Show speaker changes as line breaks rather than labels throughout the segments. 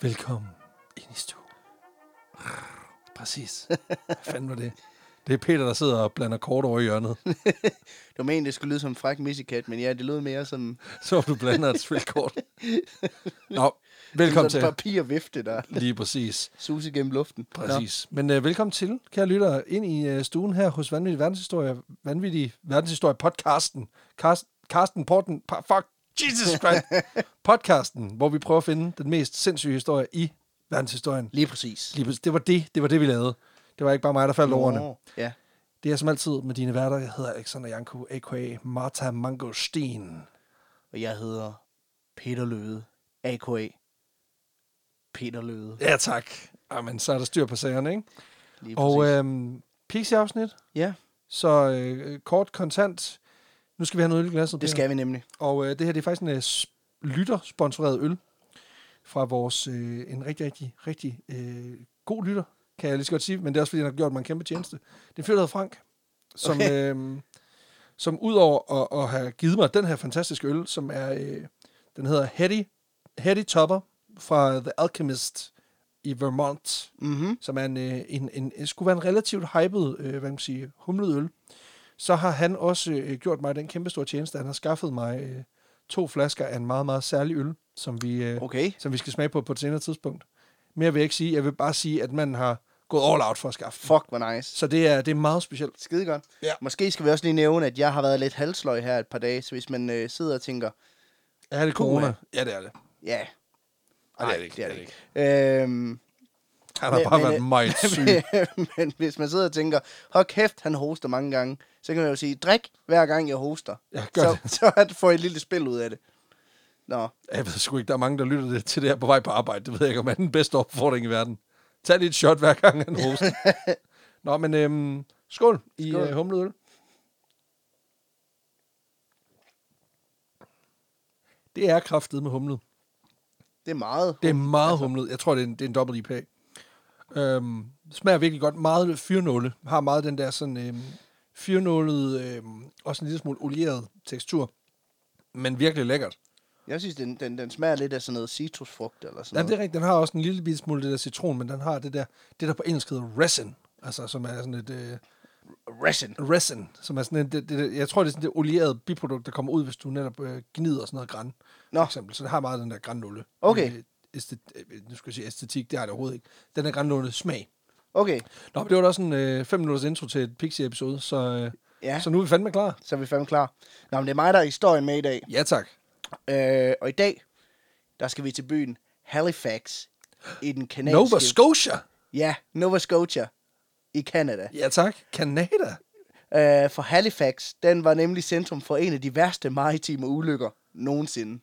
Velkommen ind i stuen. Præcis. Hvad fanden var det? Det er Peter, der sidder og blander kort over i hjørnet,
Det var meningen, det skulle lyde som en fræk missekat, men ja, det lød mere som,
så du blander et spilkort. Nå,
som
velkommen til.
sådan en papirvifte, der
Lige præcis.
suser gennem luften. Nå,
Præcis. Nå. Men øh, velkommen til, kære lyttere, ind i øh, stuen her hos Vanvittig Verdenshistorie, Vanvittig Verdenshistorie podcasten, Carsten, Carsten Porten, pa, fuck, Jesus Christ, podcasten, hvor vi prøver at finde den mest sindssyge historie i verdenshistorien.
Lige præcis.
Lige præcis. Det var det, det var det, vi lavede. Det var ikke bare mig, der faldt ordene.
Nå, Ja.
Det er som altid med dine værter. Jeg hedder Alexander Janko, a.k.a. Martha Mangostein.
Og jeg hedder Peter Løde, a.k.a. Peter Løde.
Ja, tak. Jamen, så er der styr på sagerne, ikke?
Lige
Og
præcis.
øhm, Pixie-afsnit.
ja,
Så øh, kort, kontant. Nu skal vi have noget øl i glasset.
det
Peter.
skal vi nemlig.
Og øh, det her det er faktisk en øh, s- lytter-sponsoreret øl fra vores, øh, en rigtig, rigtig, rigtig øh, god lytter, kan jeg lige så godt sige. Men det er også, fordi han har gjort mig en kæmpe tjeneste. Det er en fyr, der hedder Frank, som, okay.
Okay.
øh, som udover at, at have givet mig den her fantastiske øl, som er, øh, den hedder Hetty, Hetty Topper fra The Alchemist i Vermont,
Mm-hmm.
som er en, øh, en, en, en skulle være en relativt hyped, øh, hvad kan man sige, humlet øl. Så har han også øh, gjort mig den kæmpe store tjeneste, at han har skaffet mig øh, to flasker af en meget, meget særlig øl, som vi, øh,
Okay.
som vi skal smage på på et senere tidspunkt. Mere vil jeg ikke sige. Jeg vil bare sige, at man har gået all out for at skaffe den.
Fuck, hvor nice.
Så det er, det er meget specielt.
Skide godt.
Ja.
Måske skal vi også lige nævne, at jeg har været lidt halsløg her et par dage, så hvis man øh, sidder og tænker,
Er det corona? Ja, det er det.
ja,
Nej, det er
Nej,
det ikke.
det er det
ikke.
øhm,
Han har
Men-
bare
men,
været
øh,
meget syg.
men hvis man sidder og tænker, hold kæft, han hoster mange gange, så kan man jo sige, drik hver gang jeg hoster.
Ja, gør
så, så at få et lille spil ud af det. Nå,
Jeg ved sgu ikke, der er mange, der lytter det- til det her på vej på arbejde. Det ved jeg ikke, om er den bedste opfordring i verden. Tag lige et shot hver gang, han hoster. Nå, men øhm, skål i
Skål.
øh, humlet øl. Det er kraftet med humlet.
det er meget.
Det er meget altså. humlet. Jeg tror, det er en, det er en dobbelt IPA. Øhm, smager virkelig godt. Meget fyrnåle. Har meget den der sådan øhm, fyrnålede, øhm, også en lille smule olieret tekstur. Men virkelig lækkert.
Jeg synes, den, den, den smager lidt af sådan noget citrusfrugt eller sådan
Jamen, det
noget.
er rigtigt. Den har også en lille bit smule det der citron, men den har det der, det der på engelsk hedder resin, altså som er sådan et øh,
Resin.
resin, som er sådan en, det, det, det, jeg tror, det er sådan det olierede biprodukt, der kommer ud, hvis du netop øh, gnider sådan noget græn,
Nå.
for eksempel. Så det har meget den der grænnulle.
Okay.
Øh, æstet, øh, nu skal jeg sige æstetik, det har det overhovedet ikke. Den der grænnulle smag.
Okay,
Nå, men det var da også en øh, fem minutters intro til et Pixie-episode, så, øh, ja.
ja,
så nu er vi fandme klar.
så er vi fandme klar. Nå, men det er mig, der er historien med i dag.
Ja, tak.
Øh, og i dag, der skal vi til byen Halifax i den kanadiske...
Nova Scotia.
Ja, Nova Scotia i Canada.
Ja, tak. Kanada.
Øh, for Halifax, den var nemlig centrum for en af de værste maritime ulykker nogensinde.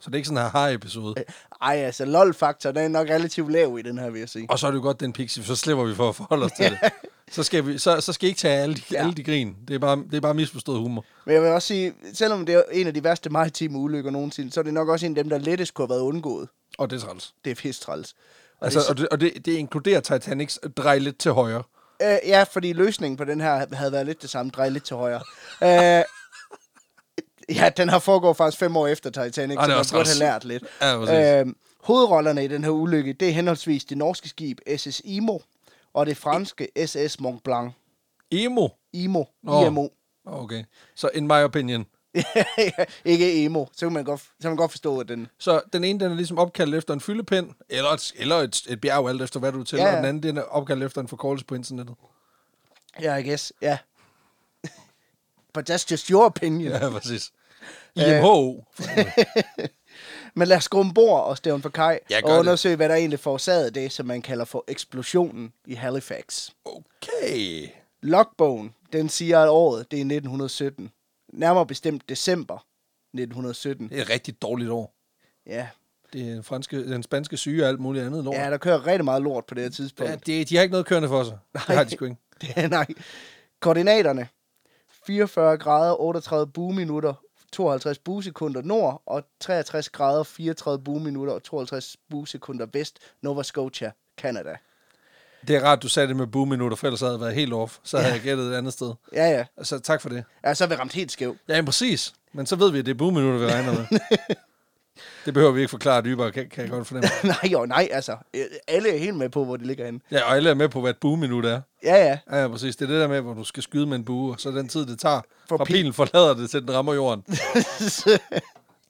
Så det er ikke sådan en har-episode.
Øh, Ej, altså lol-faktor, den er nok relativt lav i den her, vil jeg sige.
Og så er det jo godt, den pixie, for så slipper vi for at forholde os til det. Så skal, vi, så, så skal I ikke tage alle de, ja.
Ja.
alle de grin. Det er, bare, det er bare misforstået humor.
Men jeg vil også sige, selvom det er en af de værste maritime ulykker nogensinde, så er det nok også en af dem, der lettest kunne have været undgået.
Og det er træls.
Det er pisse træls. Og
Altså,
det,
og det, og det, det inkluderer Titanics drej lidt til højre.
Øh, ja, fordi løsningen på den her havde været lidt det samme. Drej lidt til højre. øh, ja, den her foregår faktisk fem år efter Titanic,
Ej, Ah, det
så
er
man
også
burde
træls.
have lært lidt.
Ja, præcis.
øh, hovedrollerne i den her ulykke, det er henholdsvis det norske skib SS Imo og det franske SS Mont Blanc.
Emo.
Imo.
Nå.
IMO.
Okay. Så in my opinion.
Ikke emo. Så kan, man godt, så kan man godt forstå, at den...
Så den ene, den er ligesom opkaldt efter en fyldepind, eller et, eller et, et bjerg, alt efter hvad du tæller. Ja,
Ja, ja.
Og den anden, den er opkaldt efter en forkortelse på internettet.
Ja, I guess. Ja. But that's just your opinion.
Ja, Øh. præcis. IMHO.
Men lad os gå ombord og stævne for kaj
Ja, gør
og
det.
undersøge, hvad der egentlig forårsagede det, som man kalder for eksplosionen i Halifax.
Okay.
Logbogen, den siger, at året det er 1917. Nærmere bestemt december 1917.
Det er et rigtig dårligt år.
Ja,
Det er den, franske, den spanske syge og alt muligt andet lort.
ja der kører rigtig meget lort på det her
Ja,
tidspunkt.
det, de har ikke noget kørende for sig. Nej. Det har de sgu ikke.
Ja. Nej. Koordinaterne. 44 grader, 38 bueminutter, 52 buesekunder nord og 63 grader, 34 bueminutter og 52 buesekunder vest, Nova Scotia, Canada.
Det er rart, du sagde det med boom-minutter, for ellers havde jeg været helt off. Så havde ja. jeg gættet et andet sted.
Ja, ja.
Så tak for det.
Ja, så er vi ramt helt skævt.
Ja, jamen, præcis. Men så ved vi, at det er boom-minutter, vi regner med. Det behøver vi ikke forklare dybere, kan, kan jeg godt fornemme.
nej, jo, nej, altså. øh, Alle er helt med på, hvor det ligger henne.
Ja, og alle er med på, hvad et bueminut er.
Ja, ja.
Ja, ja, præcis. Det er det der med, hvor du skal skyde med en bue, og så den tid, det tager,
For
fra
pil-
pilen forlader det, til den rammer jorden.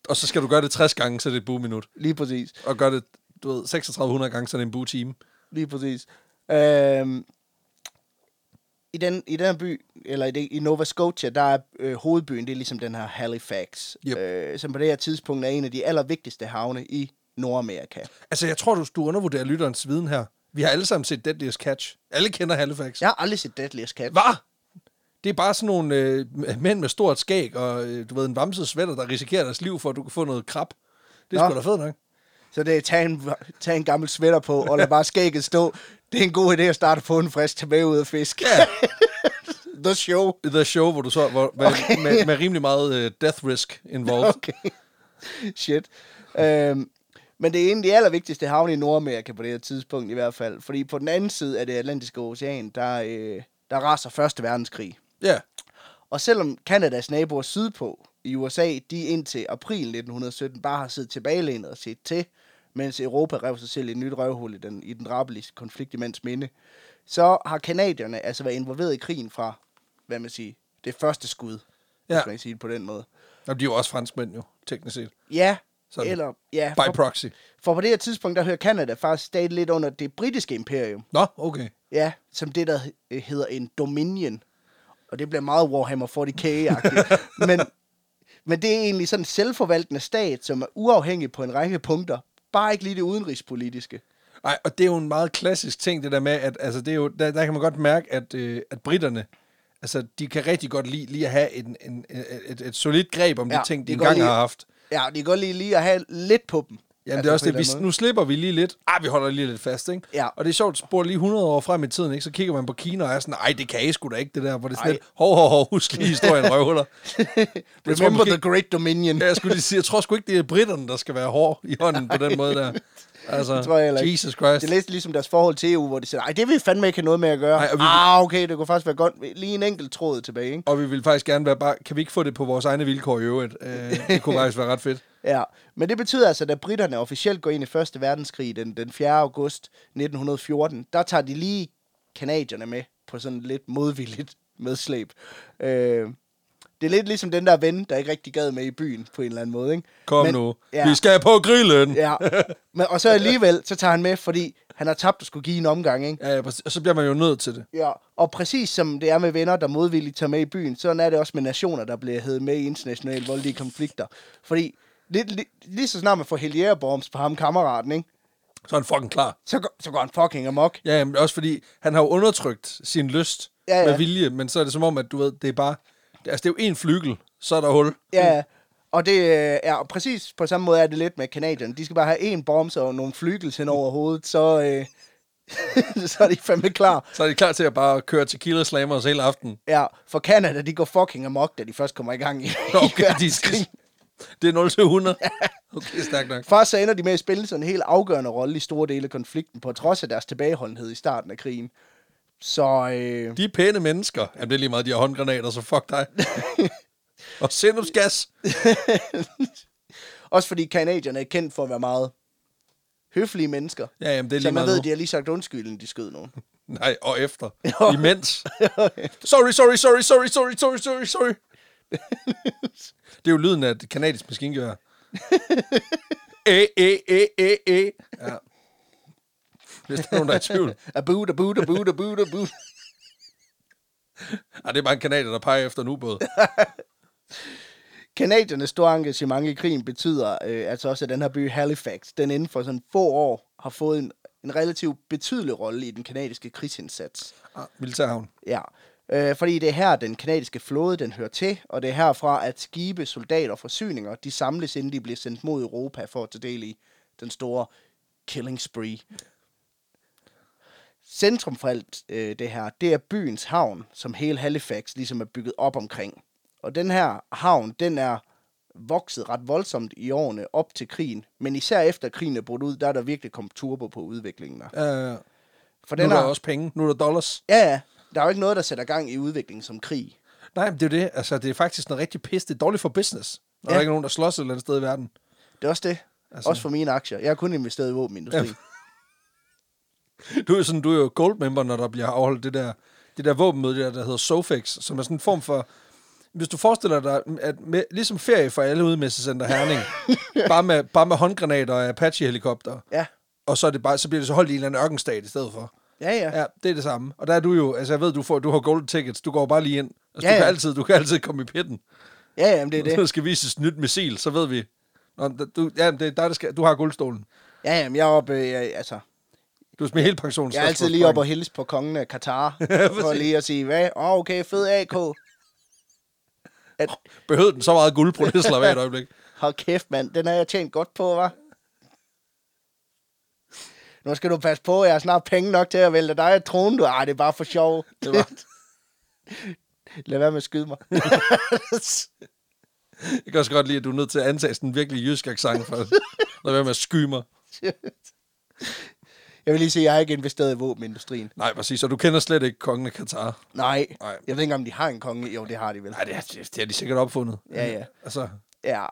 Og så skal du gøre det 60 gange, så det er et bueminut.
lige præcis.
Og gøre det, du ved, 3600 gange, så det er en bue-time.
Lige præcis. Øhm, i, den, I den her by, eller i, det, i Nova Scotia, der er øh, hovedbyen, det er ligesom den her Halifax,
Yep.
øh, som på det her tidspunkt er en af de allervigtigste havne i Nordamerika.
Altså, jeg tror, du, du undervurderer lytterens viden her. Vi har alle sammen set Deadliest Catch. Alle kender Halifax.
Jeg har aldrig set Deadliest Catch.
Hvad? Det er bare sådan nogle øh, mænd med stort skæg og, øh, du ved, en vamset sweater, der risikerer deres liv, for at du kan få noget krab. Det er
Nå.
sgu da fedt nok.
Så det er tag en, tag en gammel sweater på, og lad bare skægget stå. Det er en god idé at starte på en frisk tilbage ud af fisk.
Ja.
The show.
The Show, hvor du så, hvor, okay.
Okay.
med, med, med rimelig meget øh, death risk involved.
Okay. Shit. Øhm, men det er en af de allervigtigste havne i Nordamerika på det her tidspunkt i hvert fald. Fordi på den anden side af det atlantiske ocean, der, øh, der raser Første Verdenskrig.
Ja.
Og selvom Kanadas naboer sydpå i USA, de indtil april 1917 bare har siddet tilbagelænet og set til, mens Europa rev sig selv i et nyt røvhul i den, i den drabelige konflikt i mands minde, så har kanadierne altså været involveret i krigen fra, hvad man siger, det første skud,
Ja.
ja. hvis man kan sige det på den måde.
Jamen, de er jo også franskmænd jo, teknisk set.
Ja,
Sådan.
eller ja,
By
for,
proxy.
for på det her tidspunkt, der hører Kanada faktisk stadig lidt under det britiske imperium.
Nå, okay.
Ja, som det, der øh, hedder en dominion. Og det bliver meget Warhammer 40k-agtigt. men, men det er egentlig sådan en selvforvaltende stat, som er uafhængig på en række punkter. Bare ikke lige det udenrigspolitiske.
Ej, og det er jo en meget klassisk ting, det der med, at altså, det er jo, der, der kan man godt mærke, at, øh, at britterne, altså, de kan rigtig godt lide lige at have en, en, et, et, et solidt greb om ja,
Ja,
de ting, de
de kan godt
engang har
lide-
haft.
Ja, det kan godt lige, lige at have lidt på dem.
Jamen, altså,
Altså,
det er
på en
også
eller
det,
anden
vi, nu slipper vi lige lidt. Ah, vi holder lige lidt fast, ikke?
Ja.
Og det er sjovt, spor lige 100 år frem i tiden, ikke? Så kigger man på Kina og er sådan, ej, det kan I sgu da ikke, det der. Hvor det er sådan
Ej.
lidt, hov, hov, hov, husk lige historien, røvhuller. jeg tror
Remember
måske-
the Great Dominion.
Ja, jeg skulle lige sige, jeg tror sgu ikke, det er britterne, der skal være hård i hånden på den måde der. Altså,
Det tror jeg heller ikke.
Jesus Christ.
Det er lidt ligesom deres forhold til EU, hvor de siger, nej, det vil vi fandme ikke have noget med at gøre.
Nej,
Nej,
og vi-
Ah, okay, det kunne faktisk være godt. Lige en enkelt tråd tilbage, ikke?
Og vi vil faktisk gerne være bare, kan vi ikke få det på vores egne vilkår i øvrigt? Øh, det kunne faktisk være ret fedt.
Ja, men det betyder altså, at da britterne officielt går ind i 1. verdenskrig den, den 4. august 1914, der tager de lige kanadierne med på sådan lidt modvilligt medslæb. Øh, det er lidt ligesom den der ven, der ikke rigtig gad med i byen på en eller anden måde, ikke?
Kom
Men-
men, nu, ja.
Ja,
vi skal på grillen! Ja.
ja. Men, og så alligevel, så tager han med, fordi han har tabt at skulle give en omgang, ikke?
Ja, præcis. og så bliver man jo nødt til det.
Ja, og præcis som det er med venner, der modvilligt tager med i byen, sådan er det også med nationer, der bliver hævet med i internationale voldelige konflikter. Fordi lidt, li- lige så snart man får heliærebombs på ham kammeraten, ikke?
Så er han fucking klar.
Så, går, så går han fucking amok.
Ja, jamen, også fordi han har jo undertrykt sin lyst ja,
Ja,
ja.
ja.
med vilje, men så er det som om, at du ved, det er bare... Altså, det er jo én flygel, så er der hul.
Ja, og det øh, er og præcis på samme måde er det lidt med kanadierne. De skal bare have en bombs og nogle flygels hen over hovedet, så, øh, så er de fandme klar.
Så er de klar til at bare køre tequila slammers hele aften.
Ja, for Kanada, de går fucking amok, da de først kommer i gang i, i
Okay, de
verdenskrig.
skal... Det er 0-100. Okay, stærkt nok.
Faktisk så ender de med at spille sådan en helt afgørende rolle i store dele af konflikten, på trods af deres tilbageholdenhed i starten af krigen. Så øh,
De er pæne mennesker. Jamen, det er lige meget, de har håndgranater, så fuck dig. og sendumsgas.
også fordi kanadierne er kendt for at være meget høflige mennesker.
Ja, jamen, det er lige
Så man
meget
ved,
nu.
de har lige sagt undskyld, inden de skød nogen.
Nej, og efter. Imens. Sorry, sorry, sorry, sorry, sorry, sorry, sorry, sorry. Det er jo lyden af et kanadisk maskingevær. Æ, æ, æ, æ, æ. Ja. Hvis der er nogen, der er i tvivl.
Abu, abu, abu, abu, abu.
Ej, Ah, det er bare en kanadier, der peger efter en ubåd.
Kanadiernes store engagement i krigen betyder øh, altså også, at den her by Halifax, den inden for sådan få år, har fået en, en relativt betydelig rolle i den kanadiske krigsindsats.
Ah, Militærhavn.
Ja. Øh, fordi det er her, den kanadiske flåde, den hører til, og det er herfra, at skibe, soldater og forsyninger, de samles, inden de bliver sendt mod Europa for at tage del i den store killing spree. Centrum for alt øh, det her, det er byens havn, som hele Halifax ligesom er bygget op omkring. Og den her havn, den er vokset ret voldsomt i årene op til krigen, men især efter krigen er brudt ud, der er der virkelig kommet turbo på udviklingen. Der.
Ja, ja, ja.
For
Øh, Nu er
den
der
her,
også penge. Nu er der dollars.
Ja, ja. Der er jo ikke noget, der sætter gang i udviklingen som krig.
Nej, men det er jo det. Altså, det er faktisk noget rigtig pis. Det er dårligt for business. Når ja.
Ja.
der ikke er nogen, der slås et eller andet sted i verden.
Det er også det.
Altså-
Altså. Også for mine aktier. Jeg har kun investeret i våbenindustrien.
Du er, jo sådan, du er jo goldmember, når der bliver afholdt det der, det der våbenmøde, der, der hedder Sofix, som er sådan en form for... Hvis du forestiller dig, at med, ligesom ferie for alle ude i Messecenter Herning, bare, med, bare med håndgranater og Apache-helikopter,
Ja.
og så, er det bare, så bliver det så holdt i en eller anden ørkenstat i stedet for.
Ja, ja.
Ja, det er det samme. Og der er du jo, altså jeg ved, du, får, du har golden tickets, du går bare lige ind. Altså,
Ja,
du, kan
ja.
altid, du kan altid komme i pitten.
Ja, ja, men det er
Når
det.
der skal vises et nyt missil, så ved vi. Nå, men du, ja, det er dig, der skal, du har guldstolen.
Ja, ja, men jeg er oppe, jeg, altså,
Du er smidt hele pensionen.
jeg er altid lige oppe og hilse på kongen af Katar, for lige at sige, hvad? Åh, oh, okay, fed AK. At,
Behøvede den så meget guld på det slag et øjeblik.
hold kæft, mand, den har jeg tjent godt på, hva'? Nu skal du passe på, jeg har snart penge nok til at vælte dig af tronen, du. Ej, det er bare for sjov.
Det var,
Lad være med at skyde mig.
jeg kan også godt lide, at du er nødt til at antage sådan en virkelig jysk accent for at være med at skyde mig.
jeg vil lige sige, at jeg har ikke investeret i våbenindustrien.
Nej, præcis. Og du kender slet ikke kongen af Katar.
Nej.
Nej.
Jeg ved ikke, om de har en konge. Jo, det har de vel.
Nej, det, er- det har de sikkert opfundet.
Ja, ja.
Altså,
Ja.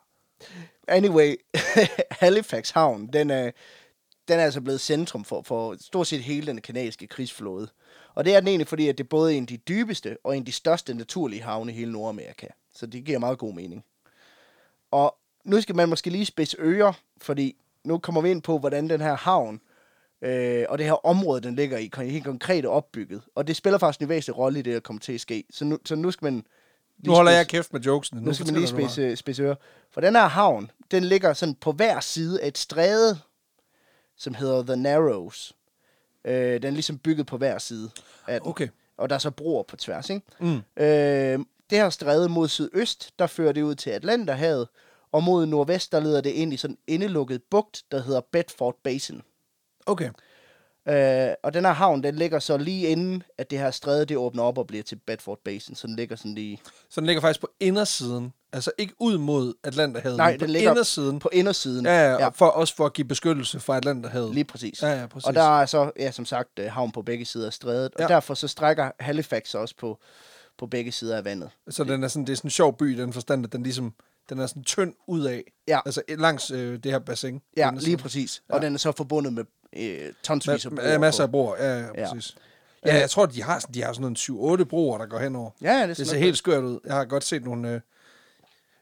Anyway, Halifax havn, den er, den er altså blevet centrum for, for stort set hele den kanadiske krigsflåde. Og det er den egentlig, fordi at det både er en af de dybeste og en af de største naturlige havne i hele Nordamerika. Så det giver meget god mening. Og nu skal man måske lige spidse ører, fordi nu kommer vi ind på, hvordan den her havn øh, og det her område, den ligger i, kon- helt konkret er opbygget. Og det spiller faktisk en væsentlig rolle i det, der kommer til at ske. Så nu, så nu skal man...
nu holder
spidse-
jeg kæft med jokesene.
nu skal man lige
fortæller du mig.
spidse, spidse ører. For den her havn, den ligger sådan på hver side af et stræde, som hedder The Narrows. Øh, den er ligesom bygget på hver side af den.
Okay.
Og der er så broer på tværs, ikke?
Mm.
Øh, det her stræde mod sydøst, der fører det ud til Atlanterhavet, og mod nordvest, der leder det ind i sådan en indelukket bugt, der hedder Bedford Basin.
Okay.
Øh, og den her havn, den ligger så lige inden, at det her stræde, det åbner op og bliver til Bedford Basin, så den ligger sådan lige...
Så den ligger faktisk på indersiden. Altså ikke ud mod Atlanterhavet.
Nej,
men
den
på
ligger
indersiden.
På indersiden.
Ja, ja, ja. For, også for at give beskyttelse fra Atlanterhavet.
Lige præcis.
Ja, ja, præcis.
Og der er så, ja, som sagt, øh, havn på begge sider af strædet, og
Ja.
derfor så strækker Halifax sig også på, på begge sider af vandet.
Så den er sådan, det er sådan en sjov by i den forstand, at den ligesom, den er sådan tynd ud af.
Ja.
Altså langs øh, det her bassin.
Ja,
Den er
lige
sådan-
præcis. Og den er så forbundet med øh, tonsvis af
Ma-
broer.
ma- masser
på.
af broer, ja, ja,
Ja.
præcis. Ja, jeg tror, de har sådan, de har sådan nogle 7-8 broer, der går henover.
Ja, ja, det er
Det
sådan
ser
noget.
helt skørt ud. Jeg har godt set nogle... Øh,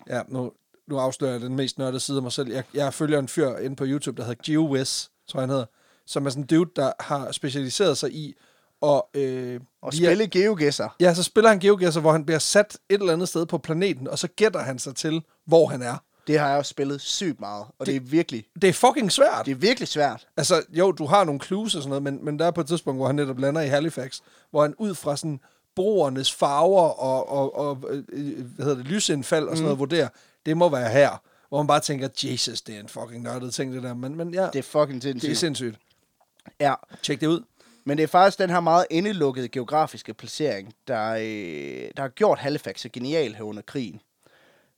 ja, nu, nu afslører jeg den mest nørdede side af mig selv. Jeg, jeg følger en fyr inde på YouTube, der hedder GeoWiz, tror jeg han hedder, som er sådan en dude, der har specialiseret sig i at... Øh,
Og
via-
spille geogesser.
Ja, så spiller han geogasser, hvor han bliver sat et eller andet sted på planeten, og så gætter han sig til, hvor han er.
Det har jeg også spillet sygt meget, og det, det er virkelig,
Det er fucking svært.
det er virkelig svært.
Altså, jo, du har nogle clues og sådan noget, men, men der er på et tidspunkt, hvor han netop lander i Halifax, hvor han ud fra sådan broernes farver og, og, og øh, øh, hvad hedder det, lysindfald og sådan mm. noget, vurderer, det må være her. Hvor man bare tænker, Jesus, det er en fucking nørdet ting, det der. Men, men ja,
Det er fucking
det er
sindssygt.
sindssygt.
Ja,
Tjek det ud.
men det er faktisk den her meget indelukkede geografiske placering, der, øh, der har gjort Halifax så genial her under krigen.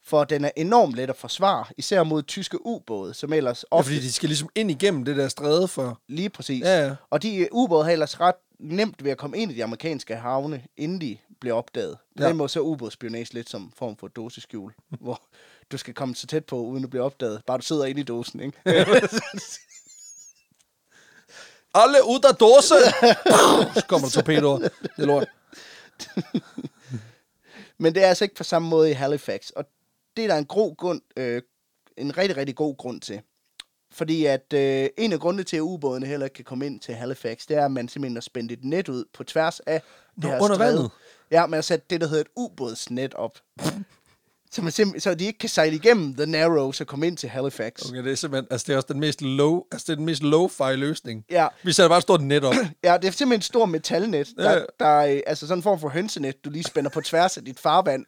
For den er enormt let at forsvare, især mod tyske ubåde, som ellers
Ja,
ofte...
fordi de skal ligesom ind igennem det der stræde for...
Lige præcis.
Ja, ja.
Og de øh, ubåde har ellers ret nemt ved at komme ind i de amerikanske havne, inden de bliver opdaget. På
Ja.
ja. den måde så er ubådsspionage lidt som en form for doseskjul, hvor du skal komme så tæt på, uden at blive opdaget. Bare du sidder inde i dosen, ikke?
Alle ud af dåse! Så kommer der torpedoer. Det er lort.
Men det er altså ikke på samme måde i Halifax. Og det er der en, gro grund, øh, en rigtig, rigtig god grund til. Fordi at øh, en af grundene til, at ubådene heller ikke kan komme ind til Halifax, det er, at man simpelthen har spændt et net ud på tværs af det
Nå,
her
under
stræde.
vandet?
Ja, man har sat det, der hedder et ubådsnet op. så, man simpelthen, så de ikke kan sejle igennem The Narrows og komme ind til Halifax. Okay.
Okay, det er simpelthen... Altså, det er også den mest low... Altså, det er den mest low-fi løsning.
Ja.
Vi sætter bare et stort net op.
Ja, det er simpelthen et stort metalnet, der,
Ja.
ja. der er øh, altså sådan en form for hønsenet, du lige spænder på tværs af dit farvand.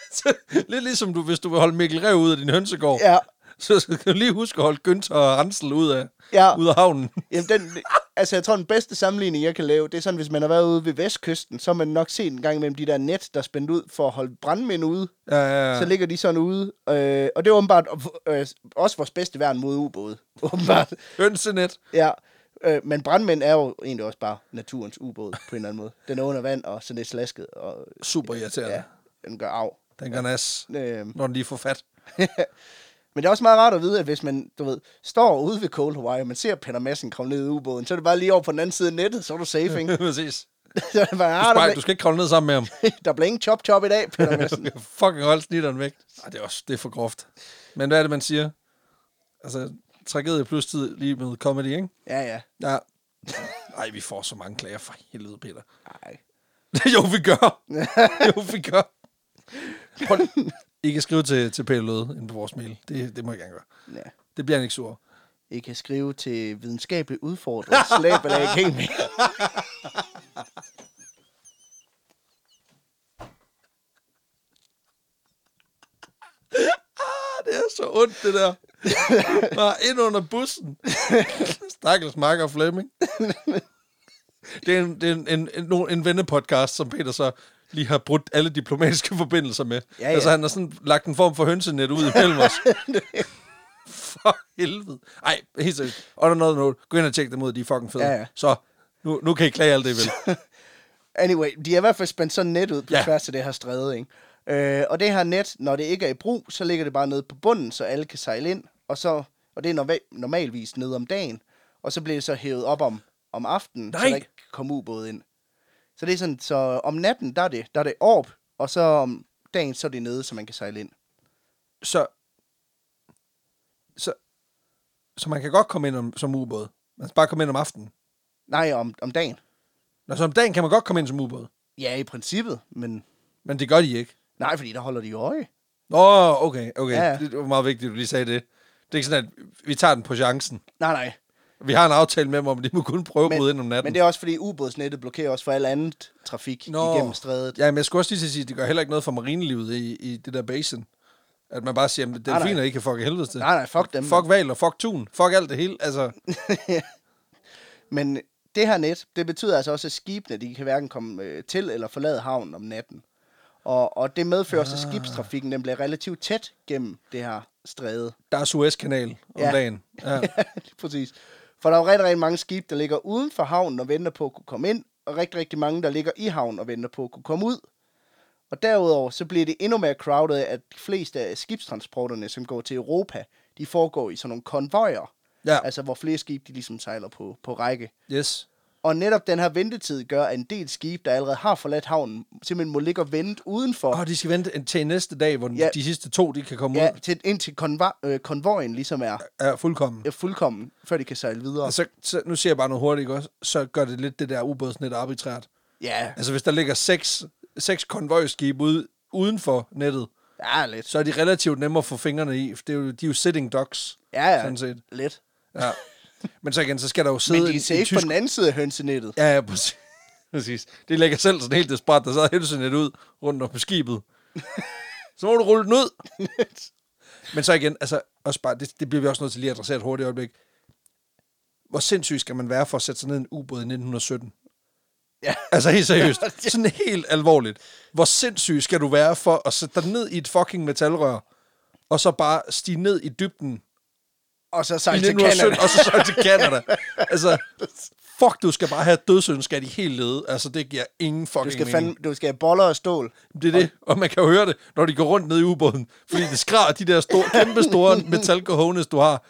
Lidt ligesom du, hvis du vil holde Mikkel Rev ud af din hønsegård.
Ja.
Så skal du lige huske at holde Günther og Ansel ud af,
Ja.
ud af havnen.
Jamen, den, altså, jeg tror, den bedste sammenligning, jeg kan lave, det er sådan, hvis man har været ude ved vestkysten, så har man nok set en gang imellem de der net, der er spændt ud for at holde brandmænd ude.
Ja, ja, ja.
Så ligger de sådan ude. Øh, og det er åbenbart øh, også vores bedste værn mod ubåde. Åbenbart.
Hønsenet.
Ja. Øh, men brandmænd er jo egentlig også bare naturens ubåd på en eller anden måde. Den er under vand, og så lidt slasket, og
Super irriterende.
ja,
Ja.
den gør af.
Den gør nas,
Øh,
når den lige får fat.
Men det er også meget rart at vide, at hvis man, du ved, står ude ved Cold Hawaii, og man ser Peter Madsen komme ned i ubåden, så er det bare lige over på den anden side af nettet, så er du safe, ikke?
Præcis.
så er det bare,
Du,
ah, der,
skal, du
ble,
skal ikke kravle ned sammen med ham.
der blev ingen chop-chop i dag, Peter Madsen.
Du kan fucking holde snitteren væk. Ej, det er også det er for groft. Men hvad er det, man siger? Altså, tragedie plus tid lige med comedy, ikke?
ja, ja.
Ja. Nej, vi får så mange klager for helvede, Peter.
Ej.
jo, vi gør. jo, vi gør. Prøv lige- I kan skrive til, til Peter Løde inde på vores mail. Det, det må jeg gerne gøre.
ja.
Det bliver han ikke sur. over.
I kan skrive til videnskabelig udfordring, slabelag gaming.
Ah, det er så ondt, det der. Bare ind under bussen. Stakkels Mark og Flemming. Det er, en, det er en, en, en, no- en vennepodcast, som Peter så lige har brudt alle diplomatiske forbindelser med. Ja,
Ja,
ja.
ja.
Altså, han har sådan lagt en form for hønsenet ud imellem os. for helvede. Ej, helt seriøst. Og der er noget, noget. Gå ind og tjek dem ud, de er fucking fede.
Ja, ja.
Så, nu, nu kan I klage alt det, I vil.
Anyway, de har i hvert fald spændt sådan net ud på
Ja.
ja. tværs af det her stræde, ikke? Øh, og det her net, når det ikke er i brug, så ligger det bare nede på bunden, så alle kan sejle ind. Og, så, og det er norma- normalvis nede om dagen. Og så bliver det så hævet op om, om aftenen, så
Nej.
der ikke kan komme ubåde ind. Så det er sådan, så om natten, der er det, der er det orb, og så om dagen, så er det nede, så man kan sejle ind.
Så, så, så man kan godt komme ind om, som ubåd. Man skal bare komme ind om aftenen.
Nej, om, om dagen.
Nå, så om dagen kan man godt komme ind som ubåd.
Ja, i princippet, men
Men det gør de ikke.
nej, fordi der holder de jo øje.
Nå, okay, okay.
Ja,
Ja.
ja.
Det var meget vigtigt, at du lige sagde det. Det er ikke sådan, at vi tager den på chancen.
Nej, nej.
Vi har en aftale med dem om, at de må kun prøve at bryde ind om natten.
men det er også fordi ubådsnettet blokerer også for al andet trafik Nå. igennem strædet.
Ja, men jeg skulle også lige til at sige, at det gør heller ikke noget for marinelivet i, i det der basin. At man bare siger, at
nej.
delfiner ikke kan fuck i helvede til.
Nej, nej, fuck dem.
Fuck valer, fuck tun, fuck alt det hele. Altså,
Men det her net, det betyder altså også, at skibene de kan hverken komme øh, til eller forlade havnen om natten. Og, og det medfører også,
Ah.
at skibstrafikken den bliver relativt tæt gennem det her stræde.
der er Suezkanal om ja.
Ja.
dagen. Ja.
Lige præcis. For der er jo rigtig, rigtig mange skibe, der ligger uden for havnen og venter på at kunne komme ind, og rigtig, rigtig mange, der ligger i havnen og venter på at kunne komme ud. Og derudover, så bliver det endnu mere crowded, af, at de fleste af skibstransporterne, som går til Europa, de foregår i sådan nogle konvojer.
ja.
Altså, hvor flere skibe, de ligesom sejler på, på række.
Yes.
Og netop den her ventetid gør, at en del skibe, der allerede har forladt havnen, simpelthen må ligge og vente udenfor,
Og de skal vente en- til næste dag, hvor ja.
Ja.
de sidste to de kan komme ja.
ja,
ud.
til, indtil konvo- øh, konvojen ligesom er,
Ja, fuldkommen.
er fuldkommen, før de kan sejle videre.
Og så, så, nu siger jeg bare noget hurtigt, ikke også? Så gør det lidt det der ubådsnet arbitrært.
Ja,
Altså, hvis der ligger seks, seks konvojskibe ude, uden for nettet,
ja lidt.
så er de relativt nemme at få fingrene i. For det er jo, de er jo sitting ducks,
Ja, ja.
sådan set.
Lidt.
Ja. Men så igen, så skal der jo sidde
Men de er
en,
safe
en
tysk...
tysk...
på den anden side af hønsenettet.
Ja, ja, præcis. præcis. Det lægger selv sådan helt desperat, der sad helsenet ud rundt om på skibet. så må du rulle den ud. Men så igen, altså, også bare, det, det bliver vi også nødt til lige at adressere et hurtigt øjeblik. Hvor sindssyg skal man være for at sætte sig ned i en ubåd i 1917?
Ja.
Altså helt seriøst. Sådan helt alvorligt. Hvor sindssyg skal du være for at sætte dig ned i et fucking metalrør, og så bare stige ned i dybden
Og så
i
sejle til
1917,
Canada.
og så så til Canada. altså, fuck, du skal bare have dødsønskat i hele ledet. Altså, det giver ingen
Du
fucking
skal,
mening.
fandme, du skal have boller og stål.
Det er det, og man kan jo høre det, når de går rundt ned i ubåden, fordi de skraber de der store, kæmpe store metalcojones, du har.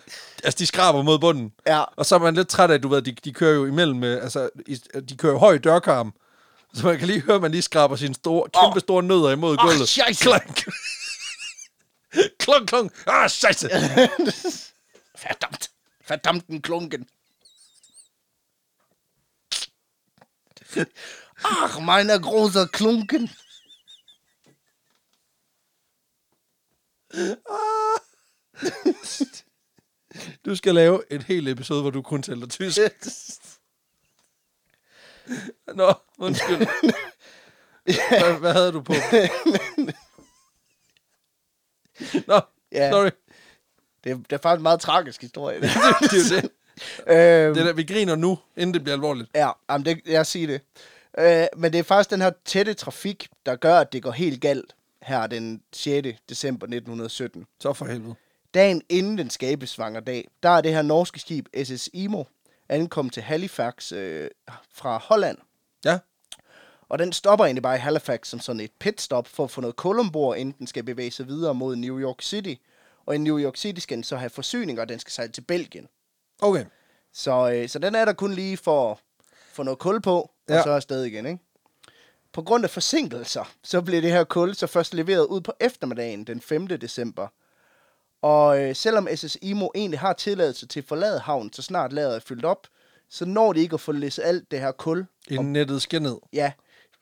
Altså, de skraber mod bunden.
Ja.
Og så er man lidt træt af, du ved, de, de kører jo imellem, øh, altså, i- de kører jo høj dørkarm, så man kan lige høre, at man lige skraber sine store, kæmpe store nødder imod
Åh,
gulvet.
scheisse.
Klonk. klonk, klonk. Ah, scheisse.
Verdammt. Verdammt den klunken. Ach, meiner großer Klunken.
Du skal lave en hel episode, hvor du kun taler tysk. Nå, undskyld. Hvad, hvad havde du på? Nå,
Ja.
sorry.
Det er, det er faktisk en meget tragisk historie. det
Det er jo det.
øhm,
det er der, vi griner nu, inden det bliver alvorligt.
Ja, jamen det, jeg siger det. Øh, men det er faktisk den her tætte trafik, der gør, at det går helt galt her den 6. december 1917.
Så for helvede.
Dagen inden den skæbnesvangre dag, der er det her norske skib SS Imo ankommet til Halifax øh, fra Holland.
Ja,
Og den stopper egentlig bare i Halifax som sådan et pitstop for at få noget kul ombord, inden den skal bevæge sig videre mod New York City. Og i New York City skal den så have forsyninger, og den skal sejle til Belgien.
Okay.
Så, øh, så den er der kun lige for at få noget kul på, og
Ja.
ja. så afsted igen, ikke? På grund af forsinkelser, så blev det her kul så først leveret ud på eftermiddagen den 5. december. Og øh, selvom SS IMO egentlig har tilladelse til at forlade havnen, så snart lageret er fyldt op, så når de ikke at få læsset alt det her kul.
Inden nettet skal ned.
Ja,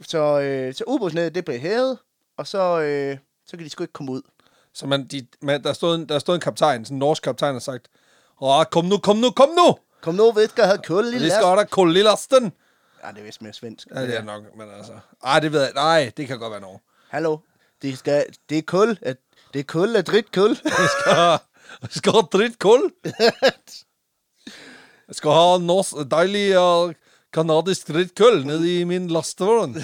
så, øh, så ubådsnettet det blev hævet, og så, øh, så kan de sgu ikke komme ud.
Så man, de, man, der, stod en, der stod en kaptajn, sådan en norsk kaptajn, og sagt, Åh, kom nu, kom nu, kom nu!
Kom nu, ved ikke, havde kul lille
Det
last.
skal der kulle lille lasten.
Ja, det er vist mere svensk.
Ja, det er nok, men altså... Ej, det ved jeg Nej, det kan godt være Norge.
Hallo, det, skal, det er kul, at, det er kul, at dridt kul.
Vi skal, vi skal have dritt kul. Jeg skal have norsk, dejlig og kanadisk dritt kul nede i min lastevogn.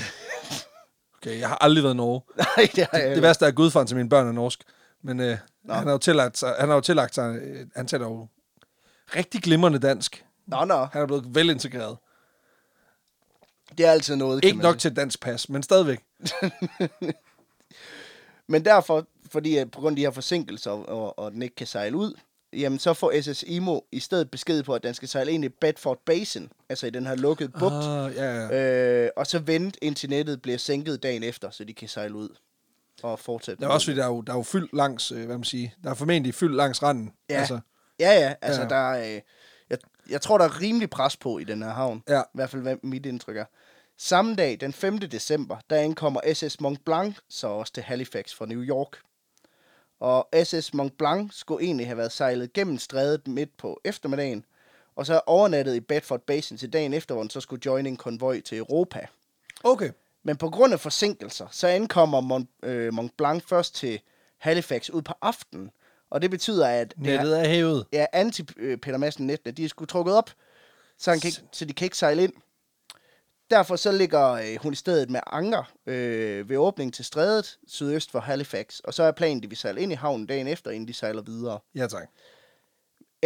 Okay, jeg har aldrig været i Norge.
Nej, det har jeg
Det
ikke.
værste er, at gudfaren til mine børn er norsk. Men øh, han har jo tillagt sig, han har jo tillagt sig øh, han taler jo rigtig glimrende dansk.
Nå, nå.
Han er blevet velintegreret.
Det er altid noget, kan
Ikke
man
nok
sige.
til et dansk pas, men stadigvæk.
Men derfor, fordi at på grund af de her forsinkelser, og, og den ikke kan sejle ud, jamen så får SS IMO i stedet besked på, at den skal sejle ind i Bedford Basin, altså i den her lukkede bugt,
Ah, ja, ja.
øh, og så vente indtil nettet bliver sænket dagen efter, så de kan sejle ud og fortsætte.
Det er også, fordi der er jo, der er jo fyld langs, øh, hvad man siger, der er formentlig fyld langs randen.
Ja,
Altså,
altså. ja, ja, altså
Ja.
ja. der er, øh, jeg, jeg tror, der er rimelig pres på i den her havn.
Ja.
I hvert fald, hvad mit indtryk er. Samme dag, den 5. december, der indkommer SS Mont Blanc så også til Halifax fra New York. Og SS Mont Blanc skulle egentlig have været sejlet gennem strædet midt på eftermiddagen, og så overnattet i Bedford Basin til dagen efter, hvor den så skulle joine en konvoj til Europa.
okay.
Men på grund af forsinkelser, så ankommer Mont, øh, Mont Blanc først til Halifax ud på aftenen. Og det betyder, at det er-
Nettet er hævet.
ja, anti-Peter Madsen nettene, de er sgu trukket op, så, han kan ikke, så de kan ikke sejle ind. Derfor så ligger øh, hun i stedet med anker øh, ved åbningen til strædet sydøst for Halifax, og så er planen, at vi sejler ind i havnen dagen efter, inden de sejler videre.
Ja, tak.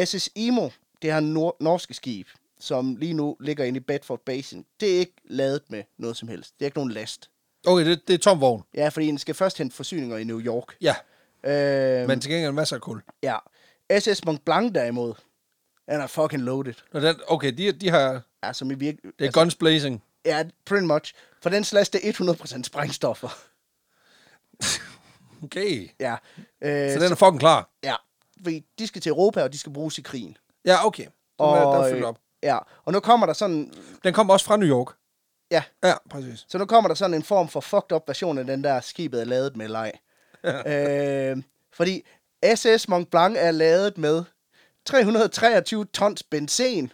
SS Imo, det her nor- norske skib, som lige nu ligger inde i Bedford Basin, det er ikke ladet med noget som helst. Det er ikke nogen last.
Okay, det, det er tom vogn.
Ja, fordi den skal først hente forsyninger i New York.
Ja,
Øh,
men til gengæld masser af kul.
ja. SS Mont Blanc derimod, den er fucking loaded.
Og den, okay, de, de har...
Ja, som i virke...
Det er altså, guns blazing.
Ja, pretty much. For den slags, det er 100% sprængstoffer.
Okay.
Ja. Øh,
Så den er fucking klar.
ja. Fordi de skal til Europa, og de skal bruges i krigen.
Ja, okay. Den, og, er, den er
øh,
fyldt op.
Ja, og nu kommer der sådan...
Den kom også fra New York.
Ja,
Ja, præcis.
så nu kommer der sådan en form for fucked up version af den der skibet er lavet med leg. øh, fordi SS Mont Blanc er lavet med 323 tons benzin.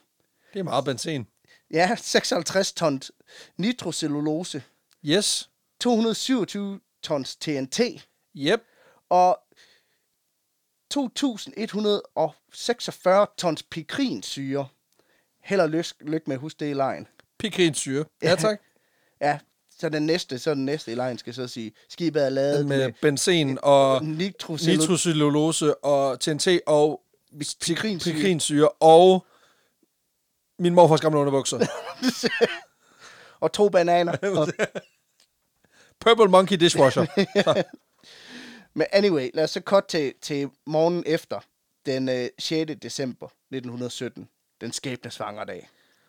Det er meget benzin.
Ja, 56 tons nitrocellulose.
Yes.
227 tons TNT.
Yep.
og 2.146 tons pikrinsyre. Held og lykke lyk med at huske det i lejen.
Pikrinsyre. Ja, tak.
Ja, så den næste, så den næste i lejen skal så sige, skibet er lavet med,
Med benzin og
nitrocellulose.
nitrocellulose og TNT og
Pikrinsyre.
pikrinsyre og min morfars gamle underbukser.
og to bananer. og,
Purple Monkey Dishwasher.
men anyway, lad os så kort til, til morgenen efter, den øh, 6. december 1917, den skæbnesvangre dag.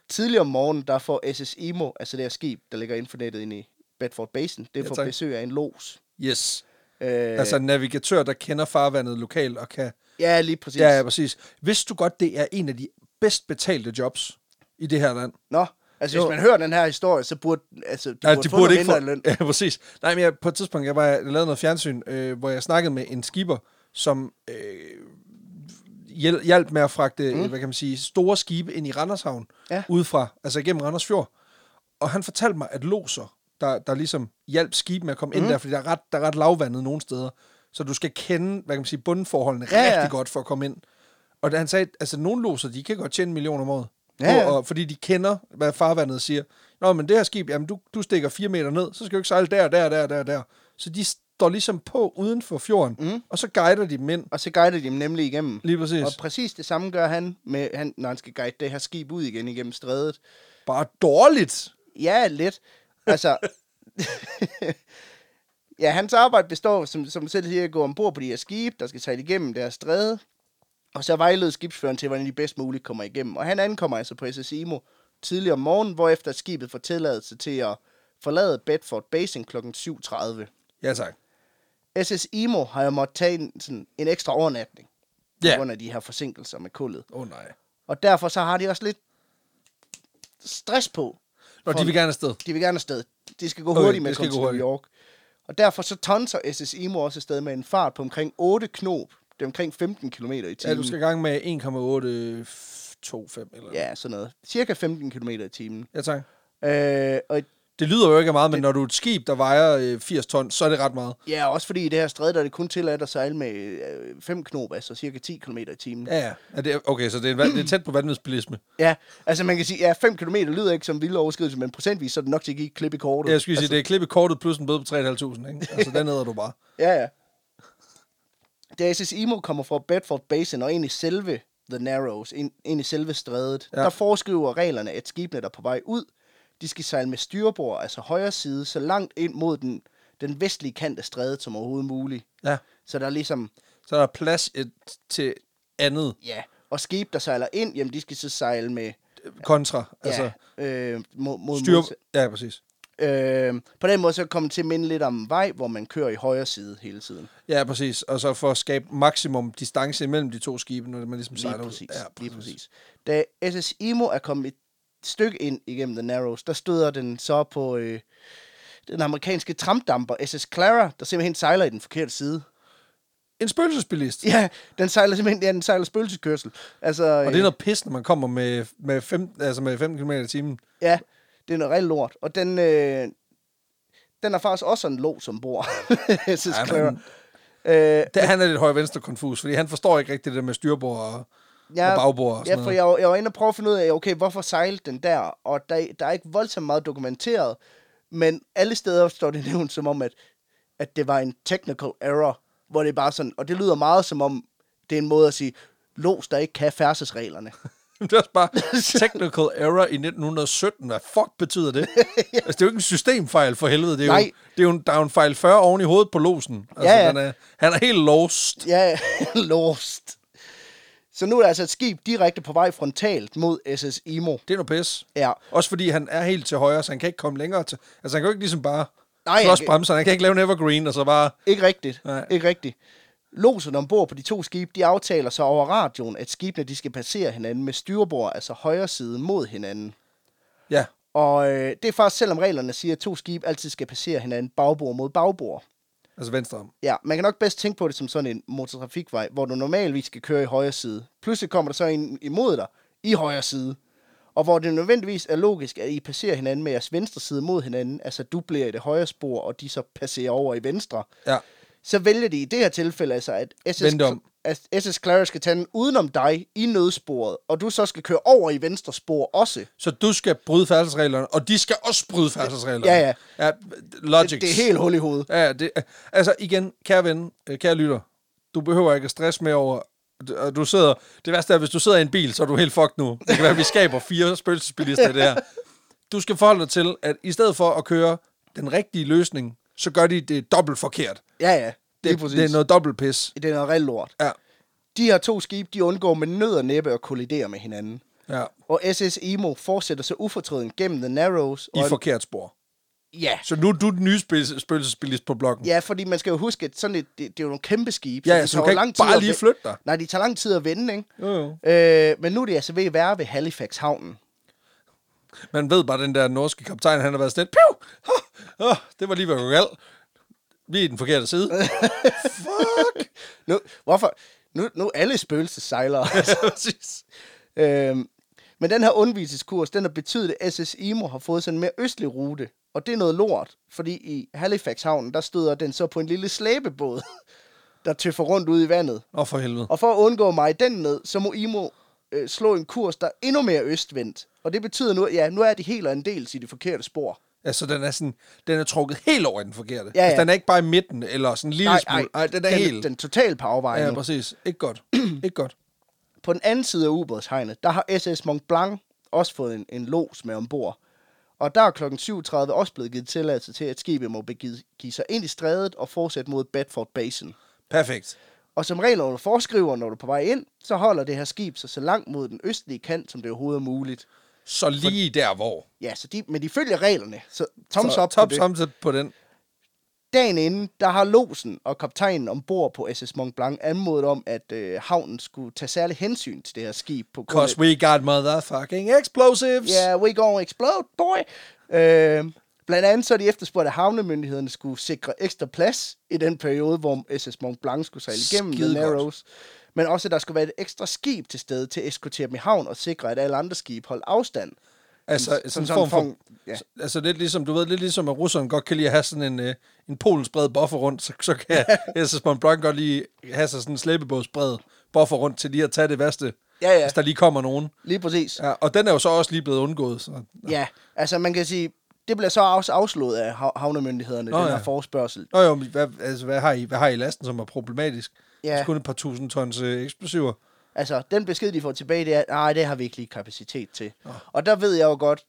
Tidligere om morgenen, der får SS Imo, altså det her skib, der ligger inden for nettet inde i Bedford Basin, det
Ja,
får
tak.
besøg af en los.
Yes.
Øh,
Altså en navigatør, der kender farvandet lokalt og kan
Ja, lige præcis.
Ja, ja, præcis. Vidste du godt, det er en af de bedst betalte jobs i det her land?
Nå, altså
Jo.
hvis man hører den her historie, så burde altså, du
Ja,
burde få noget mindre
få-
løn.
Ja, præcis. Nej, men jeg, på et tidspunkt, jeg, var, jeg lavede noget fjernsyn, øh, hvor jeg snakkede med en skipper, som øh, hjæl- hjalp med at fragte, mm. hvad kan man sige, store skibe ind i Randershavn,
Ja.
udefra, altså igennem Randers Fjord. Og han fortalte mig, at loser, der, der ligesom hjalp skibene med at komme mm. ind der, fordi der er, ret, der er ret lavvandet nogle steder, så du skal kende, hvad kan man sige, bundforholdene ja,
Ja, ja.
rigtig godt for at komme ind. Og da han sagde, at altså, nogle loser, de kan godt tjene en million om året.
Ja, ja.
Og, og, fordi de kender, hvad farvandet siger. Nå, men det her skib, jamen du, du stikker fire meter ned, så skal du ikke sejle der, der, der, der, der. Så de står ligesom på uden for fjorden, mm. og så guider de dem ind.
Og så guider de dem nemlig igennem.
Lige præcis.
Og præcis det samme gør han, med, han, når han skal guide det her skib ud igen igennem strædet.
Bare dårligt.
Ja, lidt. Altså, Ja, hans arbejde består, som, som selv siger, at gå ombord på de her skibe, der skal sejle igennem deres stræde, og så vejlede skibsføreren til, hvordan de bedst muligt kommer igennem. Og han ankommer altså på SSIMO tidligere om morgenen, hvorefter skibet får tilladelse til at forlade Bedford Basin kl. 7.30.
Ja, tak.
SS Imo har jo måttet tage en, sådan, en ekstra overnatning
Ja.
på grund af de her forsinkelser med kullet.
Åh, oh, nej.
Og derfor så har de også lidt stress på.
Nå, de vil gerne afsted.
De vil gerne afsted. De skal gå
Okay,
okay, hurtigt med
det
at
skal
komme til
gå
New
hurtigt.
York. Og derfor så tonser SS Imo også afsted med en fart på omkring 8 knop. Det er omkring 15 km i timen.
Ja, du skal i gang med 1,825 eller
ja, sådan noget. Cirka 15 km i timen.
ja, tak.
Øh, og
Det lyder jo ikke af meget, men når du er et skib, der vejer øh, 80 ton, så er det ret meget.
ja, også fordi i det her stræde, der er det kun tilladt at sejle med øh, 5 knop, altså cirka 10 km i timen.
Ja, ja. Er det, okay, så det er, van- det er tæt på vanvidsbilisme.
Ja, altså man kan sige, ja, 5 km lyder ikke som en vild overskridelse, men procentvis så er det nok til at give et klip i kortet.
Jeg skulle sige, det er klip i kortet plus en bøde på 3.500, ikke? Altså, den æder du bare.
Ja, ja. Da SS Imo kommer fra Bedford Basin og ind i selve The Narrows, ind, ind i selve strædet,
Ja.
ja. der foreskriver reglerne, at skibene, der er på vej ud, de skal sejle med styrbord, altså højre side, så langt ind mod den, den vestlige kant af strædet som overhovedet muligt.
Ja.
Så der er ligesom,
Så er der plads et, til andet
ja, og skib, der sejler ind, jamen de skal så sejle med,
kontra.
ja,
Altså,
øh, mod, mod
styr... Ja, præcis.
Øh, på den måde så kommer det til at minde lidt om vej, hvor man kører i højre side hele tiden.
Ja, præcis. Og så for at skabe maksimum distance imellem de to skibe, når man ligesom
Lige
sejler
præcis,
ud. Ja,
lige præcis. Da SS Imo er kommet et stykke ind igennem The Narrows, der støder den så på øh, den amerikanske trampdamper SS Clara, der simpelthen sejler i den forkerte side.
En spøgelsesbilist.
Ja, den sejler simpelthen, ja, den sejler spøgelseskørsel. Altså,
Og det er noget pis, når man kommer med, med, fem, altså med 15 km i timen.
Ja, det er noget rigtig lort. Og den, øh, den er faktisk også en lås ombord, SS
Ej,
Clara.
men-
Øh,
Det, han er lidt højre-venstre konfus, fordi han forstår ikke rigtigt det der med styrbord og, ja, og bagbord og sådan
ja, for
noget.
jeg, var- jeg var inde og prøve at finde ud af, okay, hvorfor sejlede den der? Og der, der er ikke voldsomt meget dokumenteret, men alle steder står det nævnt som om, at, at det var en technical error, hvor det er bare sådan, og det lyder meget som om, det er en måde at sige, los, der ikke kan færdselsreglerne.
Det er også bare technical error i 1917. Hvad fuck betyder det? Altså, det er jo ikke en systemfejl for helvede. Det er jo,
Nej.
det er jo en, der er jo en fejl 40 oven i hovedet på losen. Altså,
Ja, ja.
Han, er, han er helt lost.
ja, lost. Så nu er der altså et skib direkte på vej frontalt mod SS Imo.
Det er noget pis.
Ja.
Også fordi han er helt til højre, så han kan ikke komme længere til... Altså, han kan jo ikke ligesom bare
Nej,
Nej,
han
slås
kan-
bremserne. Han kan ikke lave en evergreen, og så bare...
Ikke rigtigt.
Nej.
Nej. Ikke rigtigt. Loserne ombord på de to skibe, de aftaler så over radioen, at skibene de skal passere hinanden med styrbord, altså højre side mod hinanden.
Ja,
Og øh, det er faktisk selvom reglerne siger, at to skibe altid skal passere hinanden bagbord mod bagbord.
altså venstre om.
Ja, man kan nok bedst tænke på det som sådan en motortrafikvej, hvor du normalvis skal køre i højre side. Pludselig kommer der så en imod dig i højre side. Og hvor det nødvendigvis er logisk, at I passerer hinanden med jeres venstre side mod hinanden, altså du bliver i det højre spor, og de så passerer over i venstre
Ja,
så vælger de i det her tilfælde altså, at SS,
Vend om.
at SS Clara skal tage den udenom dig i nødsporet, og du så skal køre over i venstre spor også.
så du skal bryde færdselsreglerne, og de skal også bryde færdselsreglerne.
Ja,
ja. ja
Det,
logics.
det er helt hul i hovedet.
Ja, ja, det, altså igen, kære ven, øh, kære lytter, du behøver ikke at stresse med over, d- og du sidder, det værste er, hvis du sidder i en bil, så er du helt fucked nu. Det kan være, at vi skaber fire spøgelsesbilister i det her. Du skal forholde dig til, at i stedet for at køre den rigtige løsning, så gør de det dobbelt forkert.
Ja, ja.
Det, det er noget dobbelt pis.
det er noget rigtig lort.
Ja,
De her to skibe, de undgår med nød og næppe at kollidere med hinanden.
ja.
Og SS Imo fortsætter så ufortrøden gennem The Narrows.
I
Og
er forkert spor.
Ja.
Så nu er du den nye spøgels- spøgelsesbilist på bloggen.
Ja, fordi man skal jo huske, at sådan et, det, det er jo nogle kæmpe skibe.
Ja, ja,
de
så du
tager
kan
jo lang
ikke
tid
bare
at
lige
ve-
flytte dig.
Nej, de tager lang tid at vende, ikke?
Jo, jo.
Øh, men nu er det altså ved at være ved Halifax havnen.
Man ved bare, den der norske kaptajn, han har været sådan lidt, piv! Oh, oh, det var lige, hvad jeg kunne galt. Vi er i den forkerte side. Fuck!
Nu, hvorfor? Nu, nu er alle spøgelsessejlere.
Ja, Altså, præcis.
øhm, men den her undvisningskurs, den har betydet, at SS Imo har fået sådan en mere østlig rute. Og det er noget lort, fordi i Halifax-havnen, der støder den så på en lille slæbebåd, der tøffer rundt ud i vandet.
Nå, for helvede.
Og for at undgå mig den ned, så må Imo øh, slå en kurs, der er endnu mere østvendt. Og det betyder nu, at ja, nu er de helt og en dels i det forkerte spor.
Altså, den er, sådan, den er trukket helt over i den forkerte.
Ja, ja.
Altså, den er ikke bare i midten, eller sådan en lille smule. Nej, den er
den,
helt...
Den totale på
ja,
afvejning.
ja, præcis. Ikke godt. ikke godt.
På den anden side af ubådshegnet, der har SS Mont Blanc også fået en, en los med ombord. Og der er kl. 7.30 også blevet givet tilladelse til, at skibet må begive give sig ind i strædet og fortsætte mod Bedford Basin.
Perfekt.
Og som reglerne foreskriver, når du er på vej ind, så holder det her skib sig så langt mod den østlige kant, som det overhovedet er muligt.
Så lige der hvor.
Ja, så de, men de følger reglerne, så thumbs up på
Top
det.
thumbs up på den.
Dagen inden, der har losen og kaptajnen ombord på SS Mont Blanc anmodet om, at øh, havnen skulle tage særlig hensyn til det her skib. På grund af-
Cause we got motherfucking explosives.
Yeah, we gonna explode, boy. Øh, blandt andet så er de efterspurgt, at havnemyndighederne skulle sikre ekstra plads i den periode, hvor SS Mont Blanc skulle sejle igennem
Skide
The
godt.
Narrows. Men også, at der skulle være et ekstra skib til stede til at eskortere dem i havn og sikre, at alle andre skibe holdt afstand.
Altså,
Som-
sådan,
som
sådan en
sådan
form for...
form- ja.
Altså, lidt ligesom, du ved, lidt ligesom, at russerne godt kan lide at have sådan en, øh, en polens bred buffer rundt, så, så kan SS Mont Blanc godt lige have sig sådan en slæbebådsbred buffer rundt til lige at tage det værste,
Ja, ja.
hvis der lige kommer nogen.
Lige præcis.
Ja, og den er jo så også lige blevet undgået. Så.
Ja, altså man kan sige, det bliver så også afslået af hav- havnemyndighederne,
Nå,
den her
ja.
forspørgsel.
Nå jo, men hvad, altså, hvad, har I, hvad har I i lasten, som er problematisk?
Ja.
Ja. Kun et par tusind tons øh, eksplosiver.
Altså, den besked, de får tilbage, det er, nej, det har vi ikke lige kapacitet til. Og der ved jeg jo godt,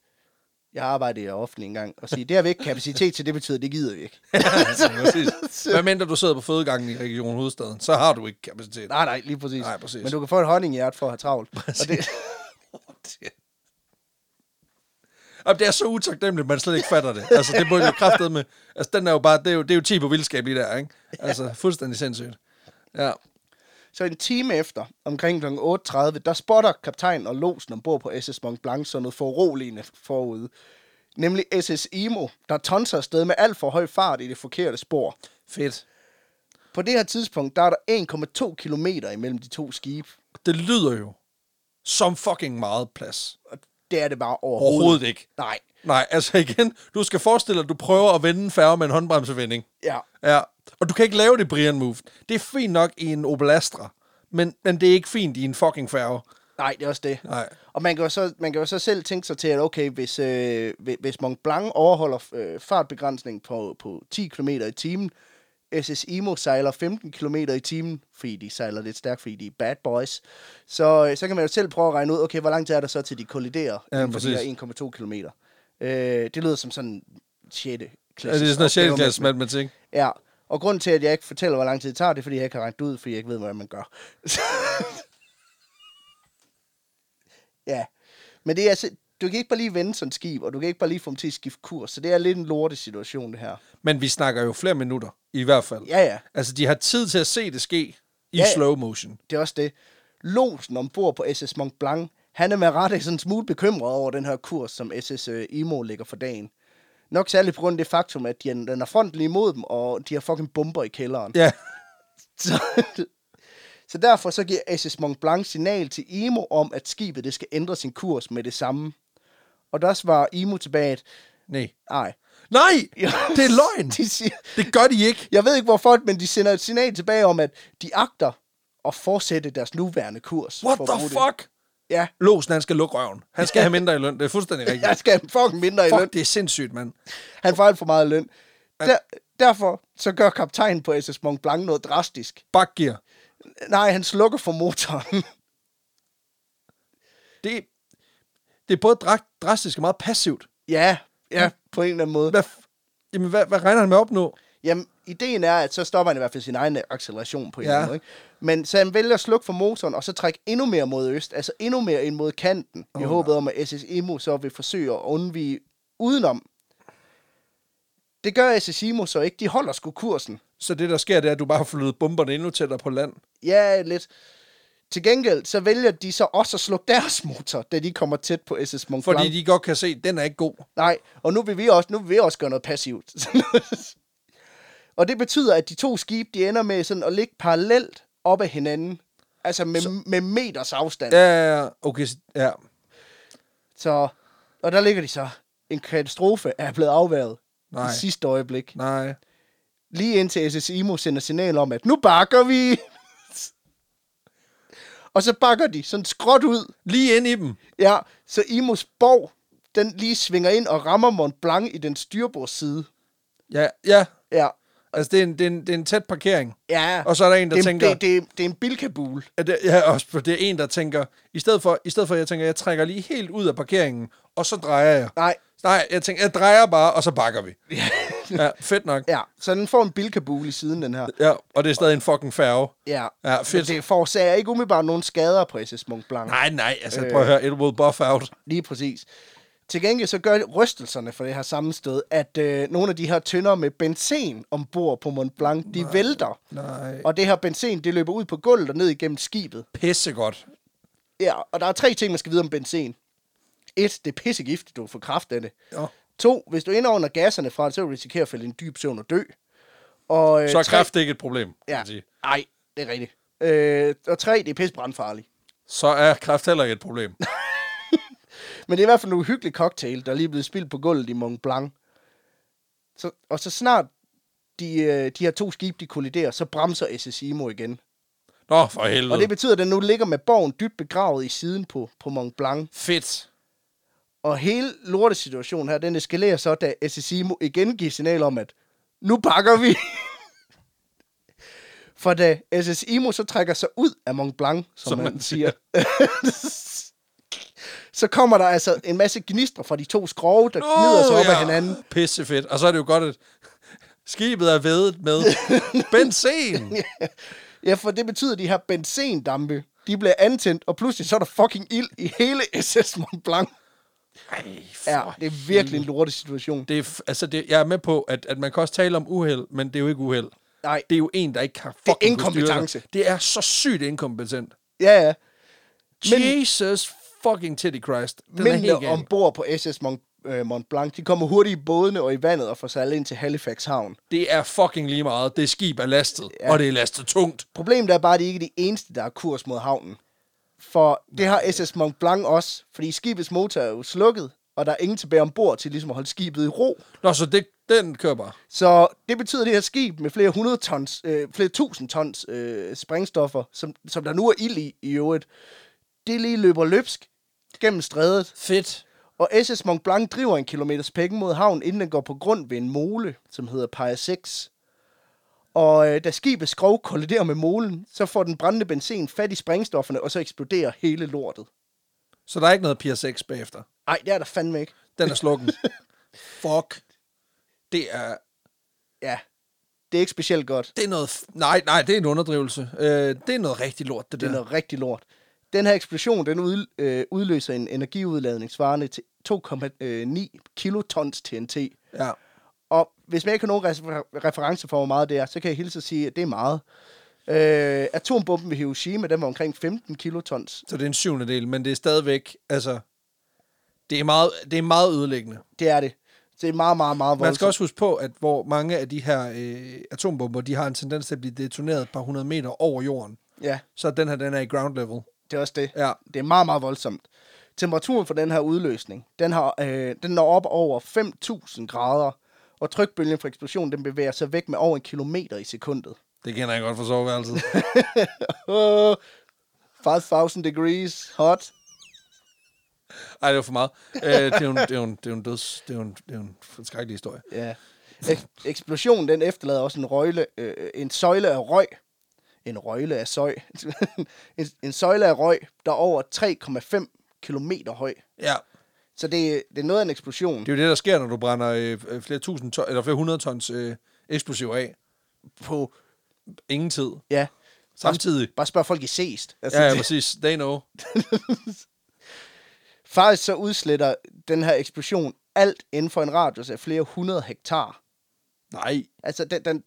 jeg arbejdede i offentlig engang, og sige, det har vi ikke kapacitet til, det betyder, det gider vi ikke.
altså, præcis. Hvad mindre du sidder på fødegangen i Region Hovedstaden, så har du ikke kapacitet.
Nej, nej, lige præcis.
Nej, præcis.
Men du kan få et honninghjert for at have travlt. Og det,
Jamen, det er så utaknemmeligt, man slet ikke fatter det. Altså, det må jo kraftet med. Altså, den er jo bare, det er jo, det er jo 10 på vildskab lige der, ikke? Altså, fuldstændig sindssygt. Ja.
så en time efter, omkring kl. 8.30, der spotter kaptajnen og losen ombord på SS Mont Blanc sådan noget foruroligende forude. Nemlig SS Imo, der tonser afsted med alt for høj fart i det forkerte spor.
Fedt.
På det her tidspunkt, der er der 1,2 kilometer imellem de to skibe.
Det lyder jo som fucking meget plads.
Og det er det bare overhovedet.
Overhovedet ikke.
Nej.
Nej, altså igen, du skal forestille dig, at du prøver at vende en færge med en håndbremsevending.
Ja.
Ja, og du kan ikke lave det Brian Move. Det er fint nok i en Opel Astra, men, men det er ikke fint i en fucking færge.
Nej, det er også det.
Nej.
Og man kan, jo så, man kan jo så selv tænke sig til, at okay, hvis, øh, hvi- hvis Mont Blanc overholder øh, fartbegrænsningen på, på 10 km i timen, SS Imo sejler 15 km i timen, fordi de sejler lidt stærkt, fordi de er bad boys, så, øh, så kan man jo selv prøve at regne ud, okay, hvor langt er der så til, de kolliderer
Ja,
inden for de
præcis.
her 1,2 km. Øh, det lyder som sådan 6.
Ja,
klasse.
Altså, det er sådan noget 6. klasse matematik.
Ja, og grunden til, at jeg ikke fortæller, hvor lang tid det tager, det er, fordi jeg ikke har regnet det ud, fordi jeg ikke ved, hvordan man gør. ja, men det er altså, du kan ikke bare lige vende sådan et skib, og du kan ikke bare lige få dem til at skifte kurs, så det er lidt en lorte situation, det her.
Men vi snakker jo flere minutter, i hvert fald.
Ja, ja,
Altså, de har tid til at se det ske i
Ja.
slow motion.
det er også det. Losen ombord på SS Mont Blanc, han er med rette sådan en smule bekymret over den her kurs, som SS øh, Imo lægger for dagen. Nok særligt på grund af det faktum, at de, er- den er fronten lige imod dem, og de har fucking bomber i kælderen.
Ja,
Så, så derfor så giver SS Mont Blanc signal til Imo om, at skibet det skal ændre sin kurs med det samme. Og der svarer Imo tilbage, at
nej.
nej,
Nej!
Ja.
Det er løgn!
de siger,
Det gør de ikke.
jeg ved ikke hvorfor, men de sender et signal tilbage om, at de agter at fortsætte deres nuværende kurs.
What
for at
the
bruge det.
fuck?
Ja,
Låsen, han skal lukke røven. Han skal have mindre i løn. Det er fuldstændig rigtigt.
jeg skal have fucking mindre i løn.
Fuck, det er sindssygt, mand.
Han får alt for meget i løn. Der, derfor så gør kaptajnen på SS Mont Blanc noget drastisk.
Bakgear.
Nej, han slukker for motoren.
Det, det er både dra- drastisk og meget passivt.
ja, ja, på en eller anden måde.
Hvad, f- jamen, hvad, hvad regner han med at opnå?
Jamen, ideen er, at så stopper han i hvert fald sin egen acceleration på en
Ja.
ja. eller anden måde. Ikke? Men så han vælger at slukke for motoren, og så trække endnu mere mod øst, altså endnu mere ind mod kanten, oh, i håbet om, at SS Imo så vil forsøge at undvige udenom. Det gør SS Imo så ikke. De holder sgu kursen.
Så det, der sker, det er, at du bare får løbet bomberne endnu tættere på land.
Ja, lidt. Til gengæld, så vælger de så også at slukke deres motor, da de kommer tæt på SS Mont
Fordi
Blanc.
de godt kan se, at den er ikke god.
Nej, og nu vil vi også, nu vil vi også gøre noget passivt. og det betyder, at de to skibe, de ender med sådan at ligge parallelt op ad hinanden. Altså med, så... med meters afstand. Ja.
Ja, ja, ja. okay. s- Ja.
Så, og der ligger de så. En katastrofe er blevet afværget
Nej.
i sidste øjeblik.
Nej.
Lige indtil SS Imo sender signal om, at nu bakker vi. og så bakker de sådan skråt ud.
Lige ind i dem.
Ja, så Imos borg, den lige svinger ind og rammer Mont Blanc i den styrbordside.
Ja, ja.
Ja,
Altså, det er, en, det, er en, det er en tæt parkering.
Ja.
Og så er der en, der
det,
tænker-
Det, det, det er en bilkabul.
Ja, det, ja, også, for det er en, der tænker, i stedet for, i stedet for jeg tænker, jeg trækker lige helt ud af parkeringen, og så drejer jeg.
Nej.
Så Nej, jeg tænkte, jeg drejer bare, og så bakker vi. ja, fedt nok.
Ja, så den får en bilkabul i siden, den her.
Ja, og det er stadig en fucking færge.
Ja,
Ja, fedt.
Men det forårsager ikke umiddelbart nogen skader, præcis Mont Blanc.
Nej, nej, altså
Øh.
prøv at høre, it will buff out.
Lige præcis. Til gengæld så gør rystelserne fra det her sammenstød, at øh, nogle af de her tønder med benzin ombord på Mont Blanc, de vælter.
Nej.
Og det her benzin, det løber ud på gulvet og ned igennem skibet.
Pissegodt.
Ja, og der er tre ting, man skal vide om benzin. Et, det er pissegiftigt, du kan få kraft af det.
Ja.
To, hvis du indånder gasserne fra det, så vil du risikere at falde i en dyb søvn og dø. Og, øh,
Så er
tre-
kræft ikke et problem, kan
Ja,
man sige.
nej, det er rigtigt. Øh, og tre, det er pissebrandfarligt.
Så er kræft heller ikke et problem.
Men det er i hvert fald en uhyggelig cocktail, der er lige blevet spildt på gulvet i Mont Blanc. Så, og så snart de, øh, de her to skibe, de kolliderer, så bremser SSIMO igen.
Nå, for
Og det
helvede.
betyder, at den nu ligger med borgen dybt begravet i siden på, på Mont Blanc.
Fedt.
Og hele lortesituationen her, den eskalerer så, da SSIMO igen giver signal om, at nu pakker vi. For da SSIMO så trækker sig ud af Mont Blanc, som, som
Som
man,
man
siger, så kommer der altså en masse gnister fra de to skrove, der gnider sig op ja. af hinanden.
Pisse fedt. Og så er det jo godt, at skibet er vedet med benzin.
Ja, for det betyder, at de her benzendampe, de bliver antændt, og pludselig så er der fucking ild i hele SS Mont Blanc.
Ej, for
Ja, det er virkelig en lortesituation.
Det er, f- altså det, jeg er med på, at, at man kan også tale om uheld, men det er jo ikke uheld.
Nej.
Det er jo en, der ikke har fucking kunne styre sig.
inkompetence.
Det er så sygt inkompetent.
Ja, ja.
Men, Jesus fucking titty Christ. Den er helt
Mændene
gal.
ombord på SS Mont, øh, Mont Blanc, de kommer hurtigt i bådene og i vandet og får sejlet ind til Halifax Havn.
Det er fucking lige meget. Det skib er lastet, ja. og det er lastet tungt.
Problemet er bare, at de ikke er de eneste, der er kurs mod havnen. For det har SS Mont Blanc også, fordi skibets motor er jo slukket, og der er ingen tilbage ombord til ligesom at holde skibet i ro.
Nå, så det, den kører bare.
Så det betyder, at det her skib med flere hundrede tons, øh, flere tusind tons øh, sprængstoffer, som, som der nu er ild i i øvrigt, det lige løber løbsk gennem strædet,
Fedt.
Og SS Mont Blanc driver en kilometers pækken mod havn, inden den går på grund ved en mole, som hedder Pia 6. Og øh, da skibets skrov kolliderer med molen, så får den brændende benzin fat i sprængstofferne, og så eksploderer hele lortet.
Så der er ikke noget Pier 6 bagefter.
Ej, det er der fandme ikke.
Den er slukken. Fuck. Det er,
Ja, det er ikke specielt godt.
det er noget... f- Nej, nej, det er en underdrivelse. Øh, det er noget rigtig lort, det,
Det er
der.
noget rigtig lort. Den her eksplosion, den ud, øh, udløser en energiudladning svarende til 2,9 kilotons TNT.
Ja.
Og hvis man ikke har nogen refer- reference for, hvor meget det er, så kan jeg hilse at sige, at det er meget. Øh, atombomben ved Hiroshima, den var omkring 15 kilotons.
Så det er en syvende del, men det er stadigvæk... Altså, det er meget, det er meget ødelæggende.
Det er det. Det er meget, meget, meget voldsomt.
Man skal også huske på, at hvor mange af de her øh, atombomber, de har en tendens til at blive detoneret et par hundrede meter over jorden.
Ja,
Så den her, den er i ground level.
det er også det.
Ja.
Det er meget, meget voldsomt. Temperaturen for den her udløsning, den, har, øh, den når op over 5.000 grader, og trykbølgen fra eksplosionen, den bevæger sig væk med over en kilometer i sekundet.
Det kender jeg godt fra soveværelset.
Oh, 5.000 degrees, hot.
Ej, det var for meget. Øh, det er jo en, det er jo en, det er jo en døds... Det er jo en, det er jo en skrækkelig historie.
Ja. Ek- eksplosionen, den efterlader også en, røgle, øh, en søjle af røg. En røgle af søj. en, en søjle af røg, der er over 3,5 kilometer høj.
Ja.
Så det, det er noget af en eksplosion
Det er jo det, der sker, når du brænder øh, øh, flere, tusind ton, eller flere hundrede tons øh, eksplosiv af.
på...
Ingen tid.
Ja,
Samtidig.
bare spørg folk i sest. Altså,
Ja, ja,
det-
præcis. They know.
Faktisk så udsletter den her eksplosion alt inden for en radius af flere hundrede hektar.
Nej.
Altså, den, den,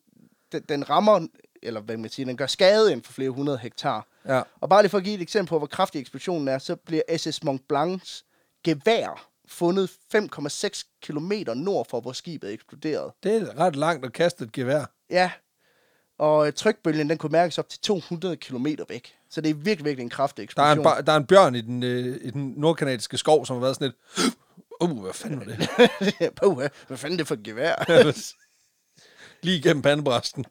den, den rammer, eller hvad kan man sige, den gør skade inden for flere hundrede hektar.
Ja.
Og bare lige for at give et eksempel på, hvor kraftig eksplosionen er, så bliver SS Mont Blancs gevær fundet 5,6 km nord for, hvor skibet eksploderede.
Det er ret langt at kaste et gevær.
Ja, og øh, trykbølgen den kunne mærkes op til 200 km væk. Så det er virkelig, virkelig en kraftig
Der er
eksplosion.
en, bar, der er en bjørn i den, øh, i den nordkanadiske skov, som har været sådan et... Uh, hvad fanden var det?
Puha, hvad fanden er det for et gevær?
Lige igennem pandebræsten.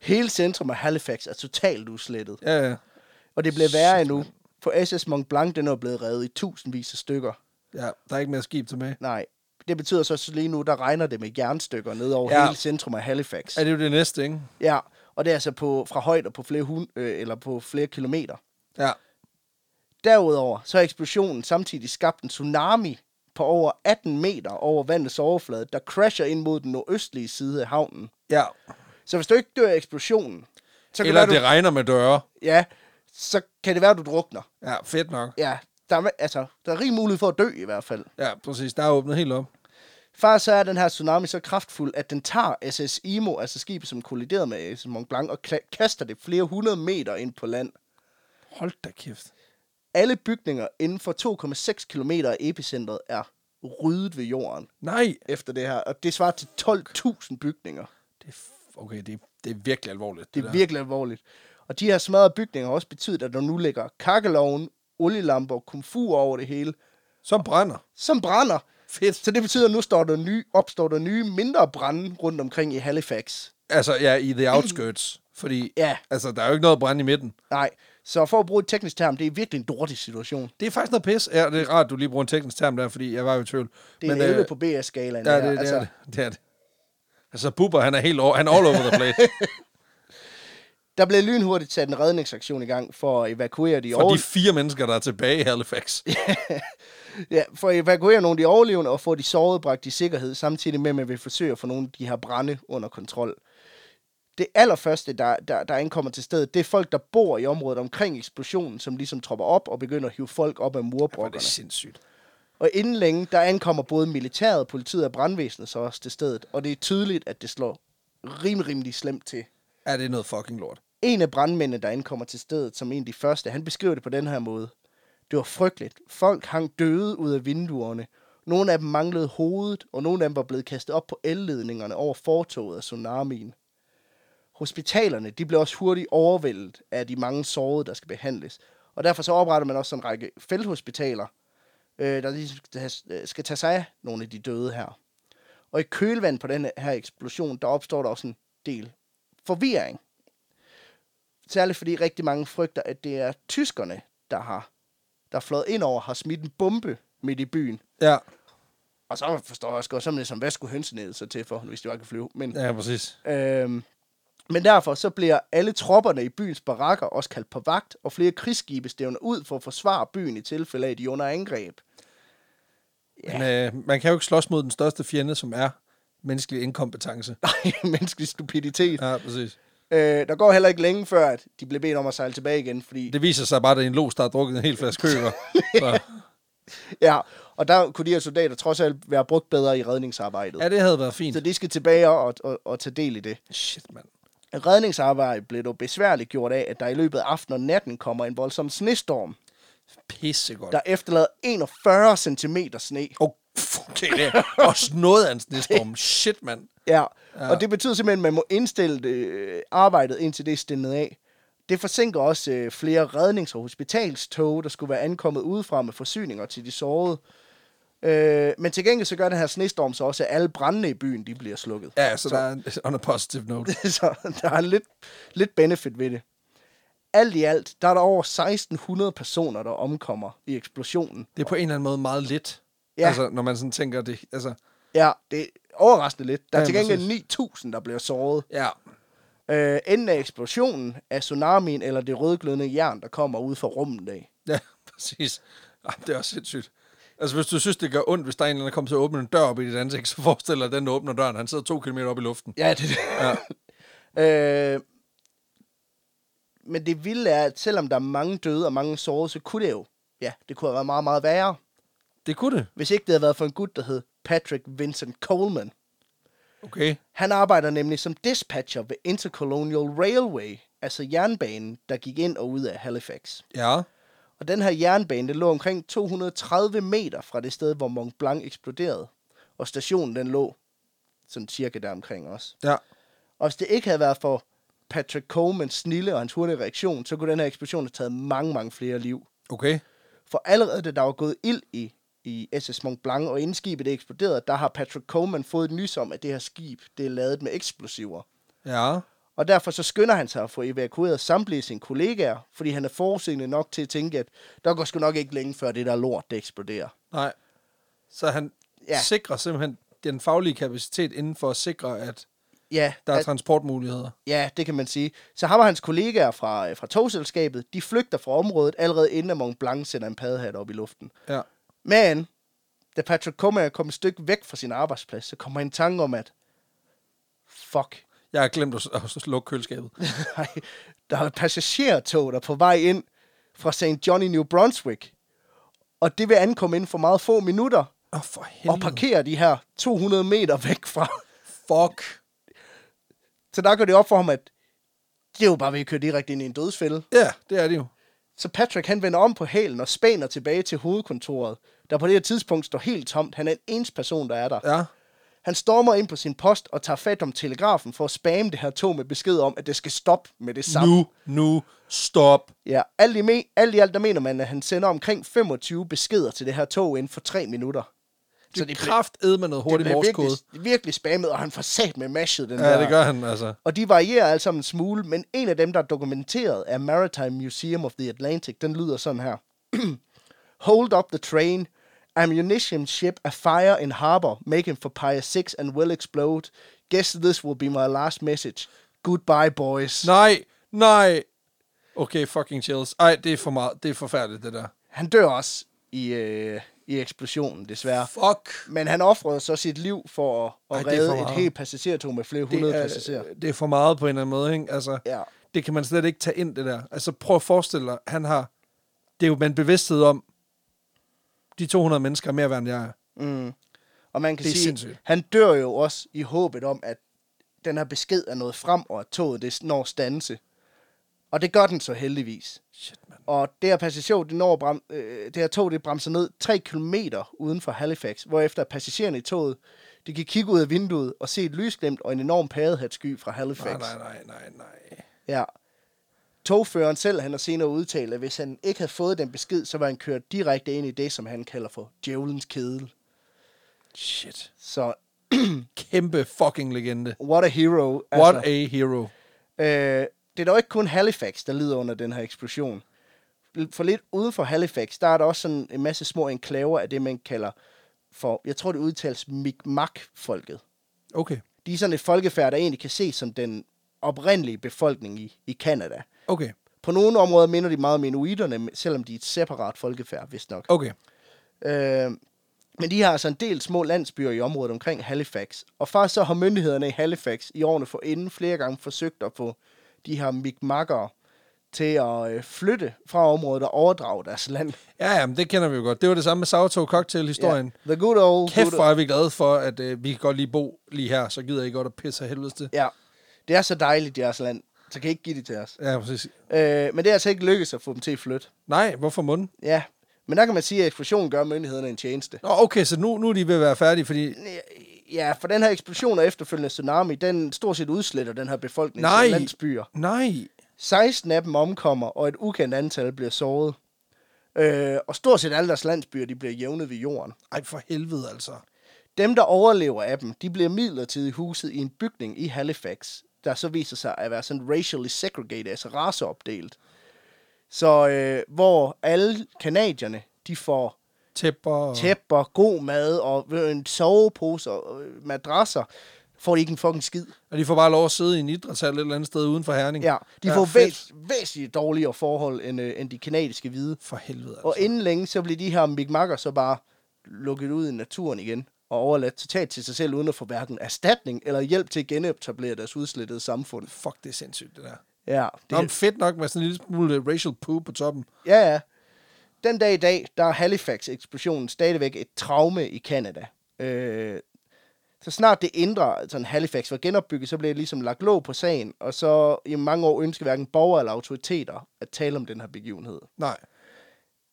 Hele centrum af Halifax er totalt udslettet.
Ja, ja.
Og det bliver værre endnu, for SS Mont Blanc den er blevet revet i tusindvis af stykker.
ja. Der er ikke mere skib tilbage.
Nej, det betyder så, så lige nu, der regner det med jernstykker ned over
Ja.
hele centrum af Halifax.
Ja, det er jo det næste, ikke?
Ja, og det er altså på, fra højder på flere, hun, øh, eller på flere kilometer.
Ja.
Derudover så har eksplosionen samtidig skabt en tsunami på over 18 meter over vandets overflade, der crasher ind mod den nordøstlige side af havnen.
Ja.
Så hvis du ikke dør af eksplosionen, så kan
Eller
det
det
være,
regner med døre.
du, ja, så kan det være, du drukner.
Ja, fedt nok.
Ja, der er, altså, der er rig mulighed for at dø i hvert fald.
Ja, præcis. Der er åbnet helt op.
Faktisk så er den her tsunami så kraftfuld, at den tager SS Imo, altså skibet, som kolliderede med SS Mont Blanc, og kla- kaster det flere hundrede meter ind på land.
Hold da kæft.
Alle bygninger inden for 2,6 km af epicentret er ryddet ved jorden
Nej.
efter det her, og det svarer til 12.000 bygninger.
Det er f- okay, det, det er virkelig alvorligt.
Det er
der.
virkelig alvorligt. Og de her smadrede bygninger har også betydet, at der nu ligger kakkeloven, olielamper og komfur over det hele,
Som brænder.
som brænder.
Fedt.
Så det betyder, at nu står der nye, opstår der nye, mindre brænde rundt omkring i Halifax.
Altså, ja, i the outskirts. Fordi,
Ja.
altså, der er jo ikke noget brænde i midten.
Nej, så for at bruge et teknisk term, det er virkelig en dårlig situation.
Det er faktisk noget pis. Ja, det er rart, du lige bruger en teknisk term der, fordi jeg var jo i tvivl.
Det er Men,
øh,
11 på BS-skalaen.
Ja,
der,
det, det,
altså,
er det. det er det. Altså, Bubber, han er helt over, han er all over the place.
Der blev lynhurtigt sat en redningsaktion i gang for at evakuere de,
For
over...
de fire mennesker, der er tilbage i Halifax.
ja, for at evakuere nogle af de overlevende og få de sårede bragt i sikkerhed, samtidig med, at man vil forsøge at få nogle af de her brænde under kontrol. Det allerførste, der, der, der ankommer til stedet, det er folk, der bor i området omkring eksplosionen, som ligesom tropper op og begynder at hive folk op
Hvor
af
er det
murbrokkerne.
sindssygt.
Og inden længe, der ankommer både militæret, politiet og brandvæsenet så også til stedet, og det er tydeligt, at det slår rimelig, rimelig slemt til.
Ja, det er noget fucking lort.
En af brandmændene, der ankommer til stedet som en af de første, han beskriver det på den her måde. Det var frygteligt. Folk hang døde ud af vinduerne. Nogle af dem manglede hovedet, og nogle af dem var blevet kastet op på elledningerne over fortoget af tsunamien. Hospitalerne de blev også hurtigt overvældet af de mange sårede, der skal behandles. Og derfor så opretter man også en række felthospitaler, øh, der ligesom skal tage- skal tage sig af nogle af de døde her. Og i kølvandet på den her eksplosion, der opstår der også en del forvirring. Særligt fordi rigtig mange frygter, at det er tyskerne, der har der er flået ind over, har smidt en bombe midt i byen.
Ja,
Og så forstår jeg også godt, så er man ligesom, hvad skulle hønsenede så til for, hvis de bare kan flyve. Men,
ja, præcis.
ja. øhm, men derfor så bliver alle tropperne i byens barakker også kaldt på vagt, og flere krigsskibe stævner ud for at forsvare byen i tilfælde af, at de er under angreb.
Men, øh, man kan jo ikke slås mod den største fjende, som er menneskelig inkompetence.
Nej, menneskelig stupiditet. Ja.
Ja, præcis.
Øh, der går heller ikke længe før, at de bliver bedt om at sejle tilbage igen, fordi
Det viser sig bare, at det er en los, der har drukket en hel flaske køber. Så,
ja, og der kunne de her soldater trods alt være brugt bedre i redningsarbejdet.
ja, det havde været fint.
Så de skal tilbage og, og, og tage del i det.
Shit, mand.
Redningsarbejdet blev dog besværligt gjort af, at der i løbet af aftenen og natten kommer en voldsom snestorm,
Pissegodt.
der efterlader 41 cm sne.
Oh, fuck, det er også noget af en snestorm. Shit, mand.
Ja. ja, og det betyder simpelthen, at man må indstille øh, arbejdet, indtil det er stillet af. Det forsinker også øh, flere rednings- og hospitalstog, der skulle være ankommet udefra med forsyninger til de sårede. Øh, men til gengæld så gør den her snestorm så også, at alle brændende i byen de bliver slukket.
Ja, så, så. der er en, on a positive note.
så der er lidt, lidt benefit ved det. Alt i alt, der er der over 1600 personer, der omkommer i eksplosionen.
Det er på en eller anden måde meget lidt.
Ja.
Altså, når man sådan tænker det. Altså,
Ja, det er overraskende lidt. Der er
Ja,
til gengæld
præcis.
9000, der bliver såret.
ja.
Øh, enden af eksplosionen er tsunamien eller det rødglødende jern, der kommer ud fra rummet af.
Ja, præcis. Ej, det er også sindssygt. Altså, hvis du synes, det gør ondt, hvis der er en eller anden, der kommer til at åbne en dør op i dit ansigt, så forestil dig, at den, der åbner døren, han sidder to kilometer op i luften.
Ja, det er det. Ja. øh, men det vilde er, at selvom der er mange døde og mange sårede, så kunne det jo, ja, det kunne have været meget, meget værre.
Det kunne det.
Hvis ikke det havde været for en gut, der hed Patrick Vincent Coleman.
Okay.
Han arbejder nemlig som dispatcher ved Intercolonial Railway, altså jernbanen, der gik ind og ud af Halifax.
Ja.
Og den her jernbane, den lå omkring 230 meter fra det sted, hvor Mont Blanc eksploderede. Og stationen, den lå sådan cirka der omkring også.
Ja.
Og hvis det ikke havde været for Patrick Coleman's snille og hans hurtige reaktion, så kunne den her eksplosion have taget mange, mange flere liv.
Okay.
For allerede da der var gået ild i, i SS Mont Blanc, og inden skibet det eksploderede, der har Patrick Coleman fået et nys om, at det her skib, det er lavet med eksplosiver.
Ja.
Og derfor så skynder han sig at få evakueret samtlige sine kollegaer, fordi han er forudseende nok til at tænke, at der går sgu nok ikke længe før det der lort, det eksploderer.
Nej. Så han ja.
Ja.
sikrer simpelthen den faglige kapacitet inden for at sikre, at
Ja,
der er
at,
transportmuligheder.
ja, det kan man sige. Så ham og hans kollegaer fra, øh, fra togselskabet, de flygter fra området allerede inden at Mont Blanc sender en paddehat op i luften.
Ja.
Men Da Patrick Comer kom et stykke væk fra sin arbejdsplads, så kommer han i tanke om, at fuck,
Jeg har glemt at, s- at slukke køleskabet.
Nej, der var et passagertog, der er på vej ind fra St. John i New Brunswick. Og det vil ankomme inden for meget få minutter
Åh, oh, for
og
helvede.
parkere de her 200 meter væk fra.
Fuck.
Så der går det op for ham, at det er jo bare ved at køre direkte ind i en dødsfælde.
Ja, det er det jo.
Så Patrick han vender om på hælen og spænder tilbage til hovedkontoret, der på det her tidspunkt står helt tomt. Han er en ens person, der er der.
Ja.
Han stormer ind på sin post og tager fat om telegrafen for at spamme det her tog med besked om, at det skal stoppe med det samme.
Nu, nu, stop.
Ja, alt i, me- alt i alt, der mener man, at han sender omkring 25 beskeder til det her tog inden for 3 minutter.
Det
Så
er
det, blev-
kraftedme med noget
det
hurtigt
blev virkelig,
morskode.
virkelig spammet, og han får sat med mashet, den der.
Ja, det gør han, altså.
Og de varierer alle sammen en smule, men en af dem, der er dokumenteret af Maritime Museum of the Atlantic, den lyder sådan her. Hold up the train. Ammunition ship afire in harbor, making for Pier 6 and will explode. Guess this will be my last message. Goodbye, boys.
Nej, nej. Okay, fucking chills. Ej, det er for meget. Det er forfærdeligt, det der.
Han dør også i, øh, i eksplosionen, desværre.
Fuck.
Men han offrede så sit liv for at, at
Ej,
Ej,
det er for
redde et
meget.
helt passagertog med flere
Det
hundrede passagerer.
er, øh, det er for meget på en eller anden måde, ikke? Altså,
Ja.
det kan man slet ikke tage ind, det der. Altså, prøv at forestille dig, han har... Det er jo med en bevidsthed om, de 200 mennesker er mere værd, end jeg er.
Mm. Og man kan
Det er
sige,
sindssygt.
han dør jo også i håbet om, at den her besked er nået frem, og at toget det når stanse. Og det gør den så heldigvis.
Shit, mand.
Og det her passager, det, når brem, øh, det her tog, det bremser ned 3 km uden for Halifax, hvorefter passagererne i toget, de kan kigge ud af vinduet og se et lysglimt og en enorm paddehatsky fra Halifax.
Nej, nej, nej, nej, nej.
Ja. Togføreren selv, han har senere udtalt, at hvis han ikke havde fået den besked, så var han kørt direkte ind i det, som han kalder for djævelens kedel.
Shit.
Så
Kæmpe fucking legende.
what a hero. altså.
What a hero.
Øh, det er dog ikke kun Halifax, der lider under den her eksplosion. For lidt uden for Halifax, der er der også sådan en masse små enklaver af det, man kalder for, jeg tror det udtales Mi'kmaq-folket.
Okay,
De er sådan et folkefærd, der egentlig kan ses som den oprindelige befolkning i, i Kanada.
okay,
På nogle områder minder de meget om inuiterne, selvom de er et separat folkefærd, vist nok.
okay.
Øh, men de har altså en del små landsbyer i området omkring Halifax. Og faktisk så har myndighederne i Halifax i årene forinden flere gange forsøgt at få de her mikmakkere til at øh, flytte fra området og overdrage deres land.
Ja, ja, men det kender vi jo godt. Det var det samme med Sourdough Cocktail-historien.
Ja, the good old...
Kæft,
good
hvor
old,
er vi glade for, at øh, vi kan godt lige bo lige her, så gider I godt at pisse af helvedes til.
ja. Det er så dejligt, deres land. Så kan I ikke give det til os.
Ja, præcis.
Øh, men det er altså ikke lykkedes at få dem til at flytte.
Nej, hvorfor munden?
Ja. Men der kan man sige, at eksplosionen gør myndighederne en tjeneste.
Nå, okay, så nu, nu er de ved at være færdige, fordi...
Ja, for den her eksplosion og efterfølgende tsunami, den stort set udsletter den her befolkning
Nej.
af landsbyer.
Nej,
16 af dem omkommer, og et ukendt antal bliver såret. Øh, og stort set alle deres landsbyer, de bliver jævnet ved jorden.
ej for helvede altså.
Dem, der overlever af dem, de bliver midlertidigt huset i en bygning i Halifax, der så viser sig at være sådan racially segregated, altså raceopdelt. Så øh, hvor alle kanadierne, de får
Tæpper og...
tæpper, god mad og øh, en sovepose og øh, madrasser, får de ikke en fucking skid.
Og de får bare lov at sidde i en idrætshal et eller andet sted uden for Herning.
Ja, de får
fedt.
væs- væsentligt dårligere forhold end, øh, end de kanadiske hvide.
For helvede altså.
Og inden længe, så bliver de her Mi'kmakker så bare lukket ud i naturen igen og overladt totalt til sig selv, uden at få hverken erstatning eller hjælp til at genetablere deres udslettede samfund.
Fuck, det er sindssygt, det der.
Ja,
Det er fedt nok med sådan en lille smule øh, racial poo på toppen.
ja, ja. Den dag i dag, der er Halifax-eksplosionen stadigvæk et traume i Kanada. Øh, så snart det indre sådan Halifax var genopbygget, så blev det ligesom lagt låg på sagen, og så i mange år ønskede hverken borgere eller autoriteter at tale om den her begivenhed.
Nej.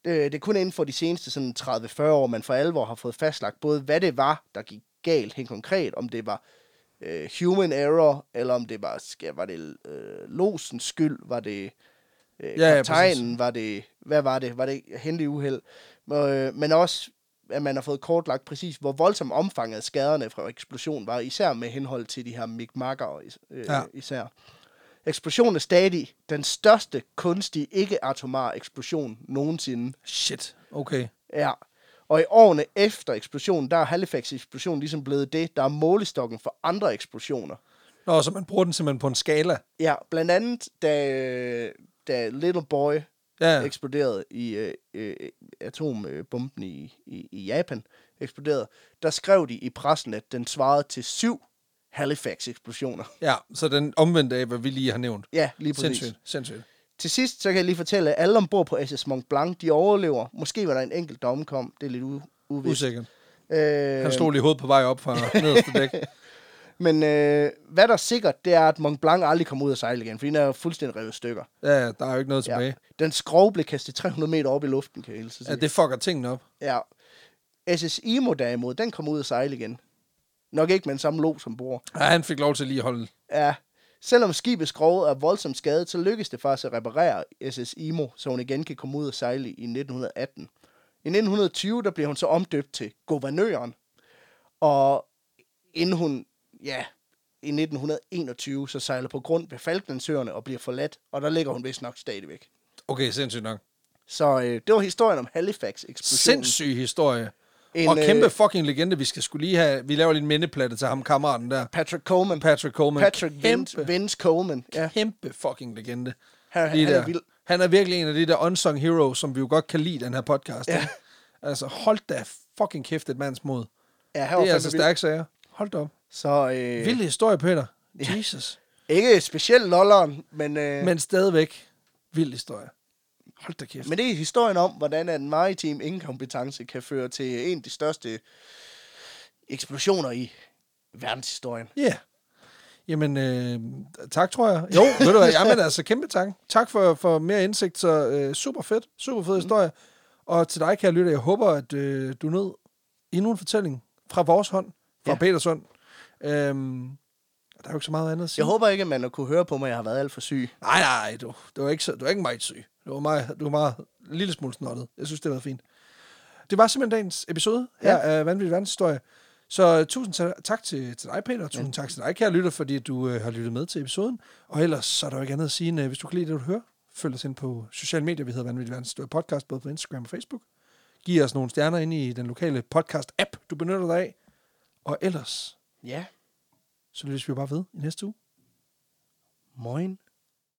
øh, det er kun inden for de seneste sådan 30-40 år, man for alvor har fået fastlagt både, hvad det var, der gik galt helt konkret, om det var øh, human error, eller om det var, skal, var det øh, losens skyld, var det
Ja,
øh,
ja,
ja, kaptajnen, var det, hvad var det, var det heldig uheld, øh, men også, at man har fået kortlagt præcis, hvor voldsom omfanget af skaderne fra eksplosionen var, især med henhold til de her mikmakker øh,
Ja.
ja. især. Eksplosionen er stadig den største kunstige ikke-atomare eksplosion nogensinde.
Shit. Okay.
Ja. Og i årene efter eksplosionen, der er Halifax-eksplosionen ligesom blevet det, der er målestokken for andre eksplosioner.
Nå, så man bruger den simpelthen på en skala.
Ja, blandt andet da, øh, da Little Boy
Ja,
ja. eksploderede i øh, øh, atombomben i, i, i Japan, eksploderede, der skrev de i pressen, at den svarede til syv Halifax-eksplosioner.
Ja, så den omvendte af, hvad vi lige har nævnt.
Ja, lige præcis.
Sindssygt, sindssygt.
Til sidst, så kan jeg lige fortælle, at alle ombord på SS Mont Blanc, de overlever. Måske var der en enkelt, der omkom. Det er lidt u- uvist.
Usikkert.
Øh,
Han slog lige hovedet på vej op fra nederste dæk.
Men øh, hvad der er sikkert, det er, at Mont Blanc aldrig kommer ud af sejl igen, fordi den er jo fuldstændig revet i stykker.
Ja, ja, der er jo ikke noget tilbage.
Den skrog blev kastet 300 meter op i luften, kan jeg hilse
Ja,
sige.
det fucker tingene op.
Ja. SS Imo derimod, den kom ud af sejl igen. Nok ikke med den samme log som bor.
Ja, han fik lov til lige at holde.
Ja. Selvom skibets skrog er voldsomt skadet, så lykkedes det faktisk at reparere SS Imo, så hun igen kan komme ud og sejle i 1918. I 1920, der bliver hun så omdøbt til guvernøren. Og inden hun, ja, i 1921, så sejler på grund ved Falklandsøerne og bliver forladt, og der ligger hun vist nok stadigvæk.
Okay, sindssygt nok.
Så øh, det var historien om Halifax-eksplosionen.
Sindssyg historie.
En,
og kæmpe
øh,
fucking legende. Vi skal skulle lige have... Vi laver lige en mindeplade til ham, kammeraten der.
Patrick Coleman.
Patrick Coleman.
Patrick Vince,
kæmpe,
Vince Coleman. Ja,
kæmpe fucking legende.
han, han
Lige
er
der.
vild.
Han er virkelig en af de der unsung heroes, som vi jo godt kan lide i den her podcast.
Ja.
ikke? Altså, hold da fucking kæft et mands mod.
Ja, han var
Det er
fandme
altså
vild.
stærke sager. Hold da op.
Så øh,
Vild historie, Peter. Jesus.
ikke specielt lolleren, men, øh, men,
Men stadigvæk, vild historie. Hold da kæft.
men det er historien om, hvordan at en maritim inkompetence kan føre til en af de største eksplosioner i verdenshistorien.
Ja. Yeah. Jamen, øh, tak, tror jeg. Jo, ved du hvad, jamen altså, kæmpe tak. Tak for, for mere indsigt, så øh, super fedt, super
Mm.
fed historie. Og til dig, kære lytter, jeg håber, at øh, du nød endnu en fortælling fra vores hånd, fra
Ja.
ja. Peters hånd. Øhm, der er jo ikke så meget andet at sige.
Jeg håber ikke, at man har kunne høre på mig, at jeg har været alt for syg.
Nej, nej, du, det var ikke, så, du var ikke meget syg. Du var, meget, du var meget en lille smule snottet. Jeg synes, det har været fint. Det var simpelthen dagens episode her
Ja.
af Vanvittig Verdenshistorie. Så øh, tusind ta- tak til, til dig, Peter, og tusind tak til dig, kære lytter, fordi du øh, har lyttet med til episoden. Og ellers så er der jo ikke andet at sige, end, øh, hvis du kan lide det, du hører, følg os ind på sociale medier. Vi hedder Vanvittig Verdenshistorie Podcast, både på Instagram og Facebook. Giv os nogle stjerner ind i den lokale podcast-app, du benytter dig af. Og ellers,
Ja,
så lyttes vi jo bare ved i næste uge.
moin.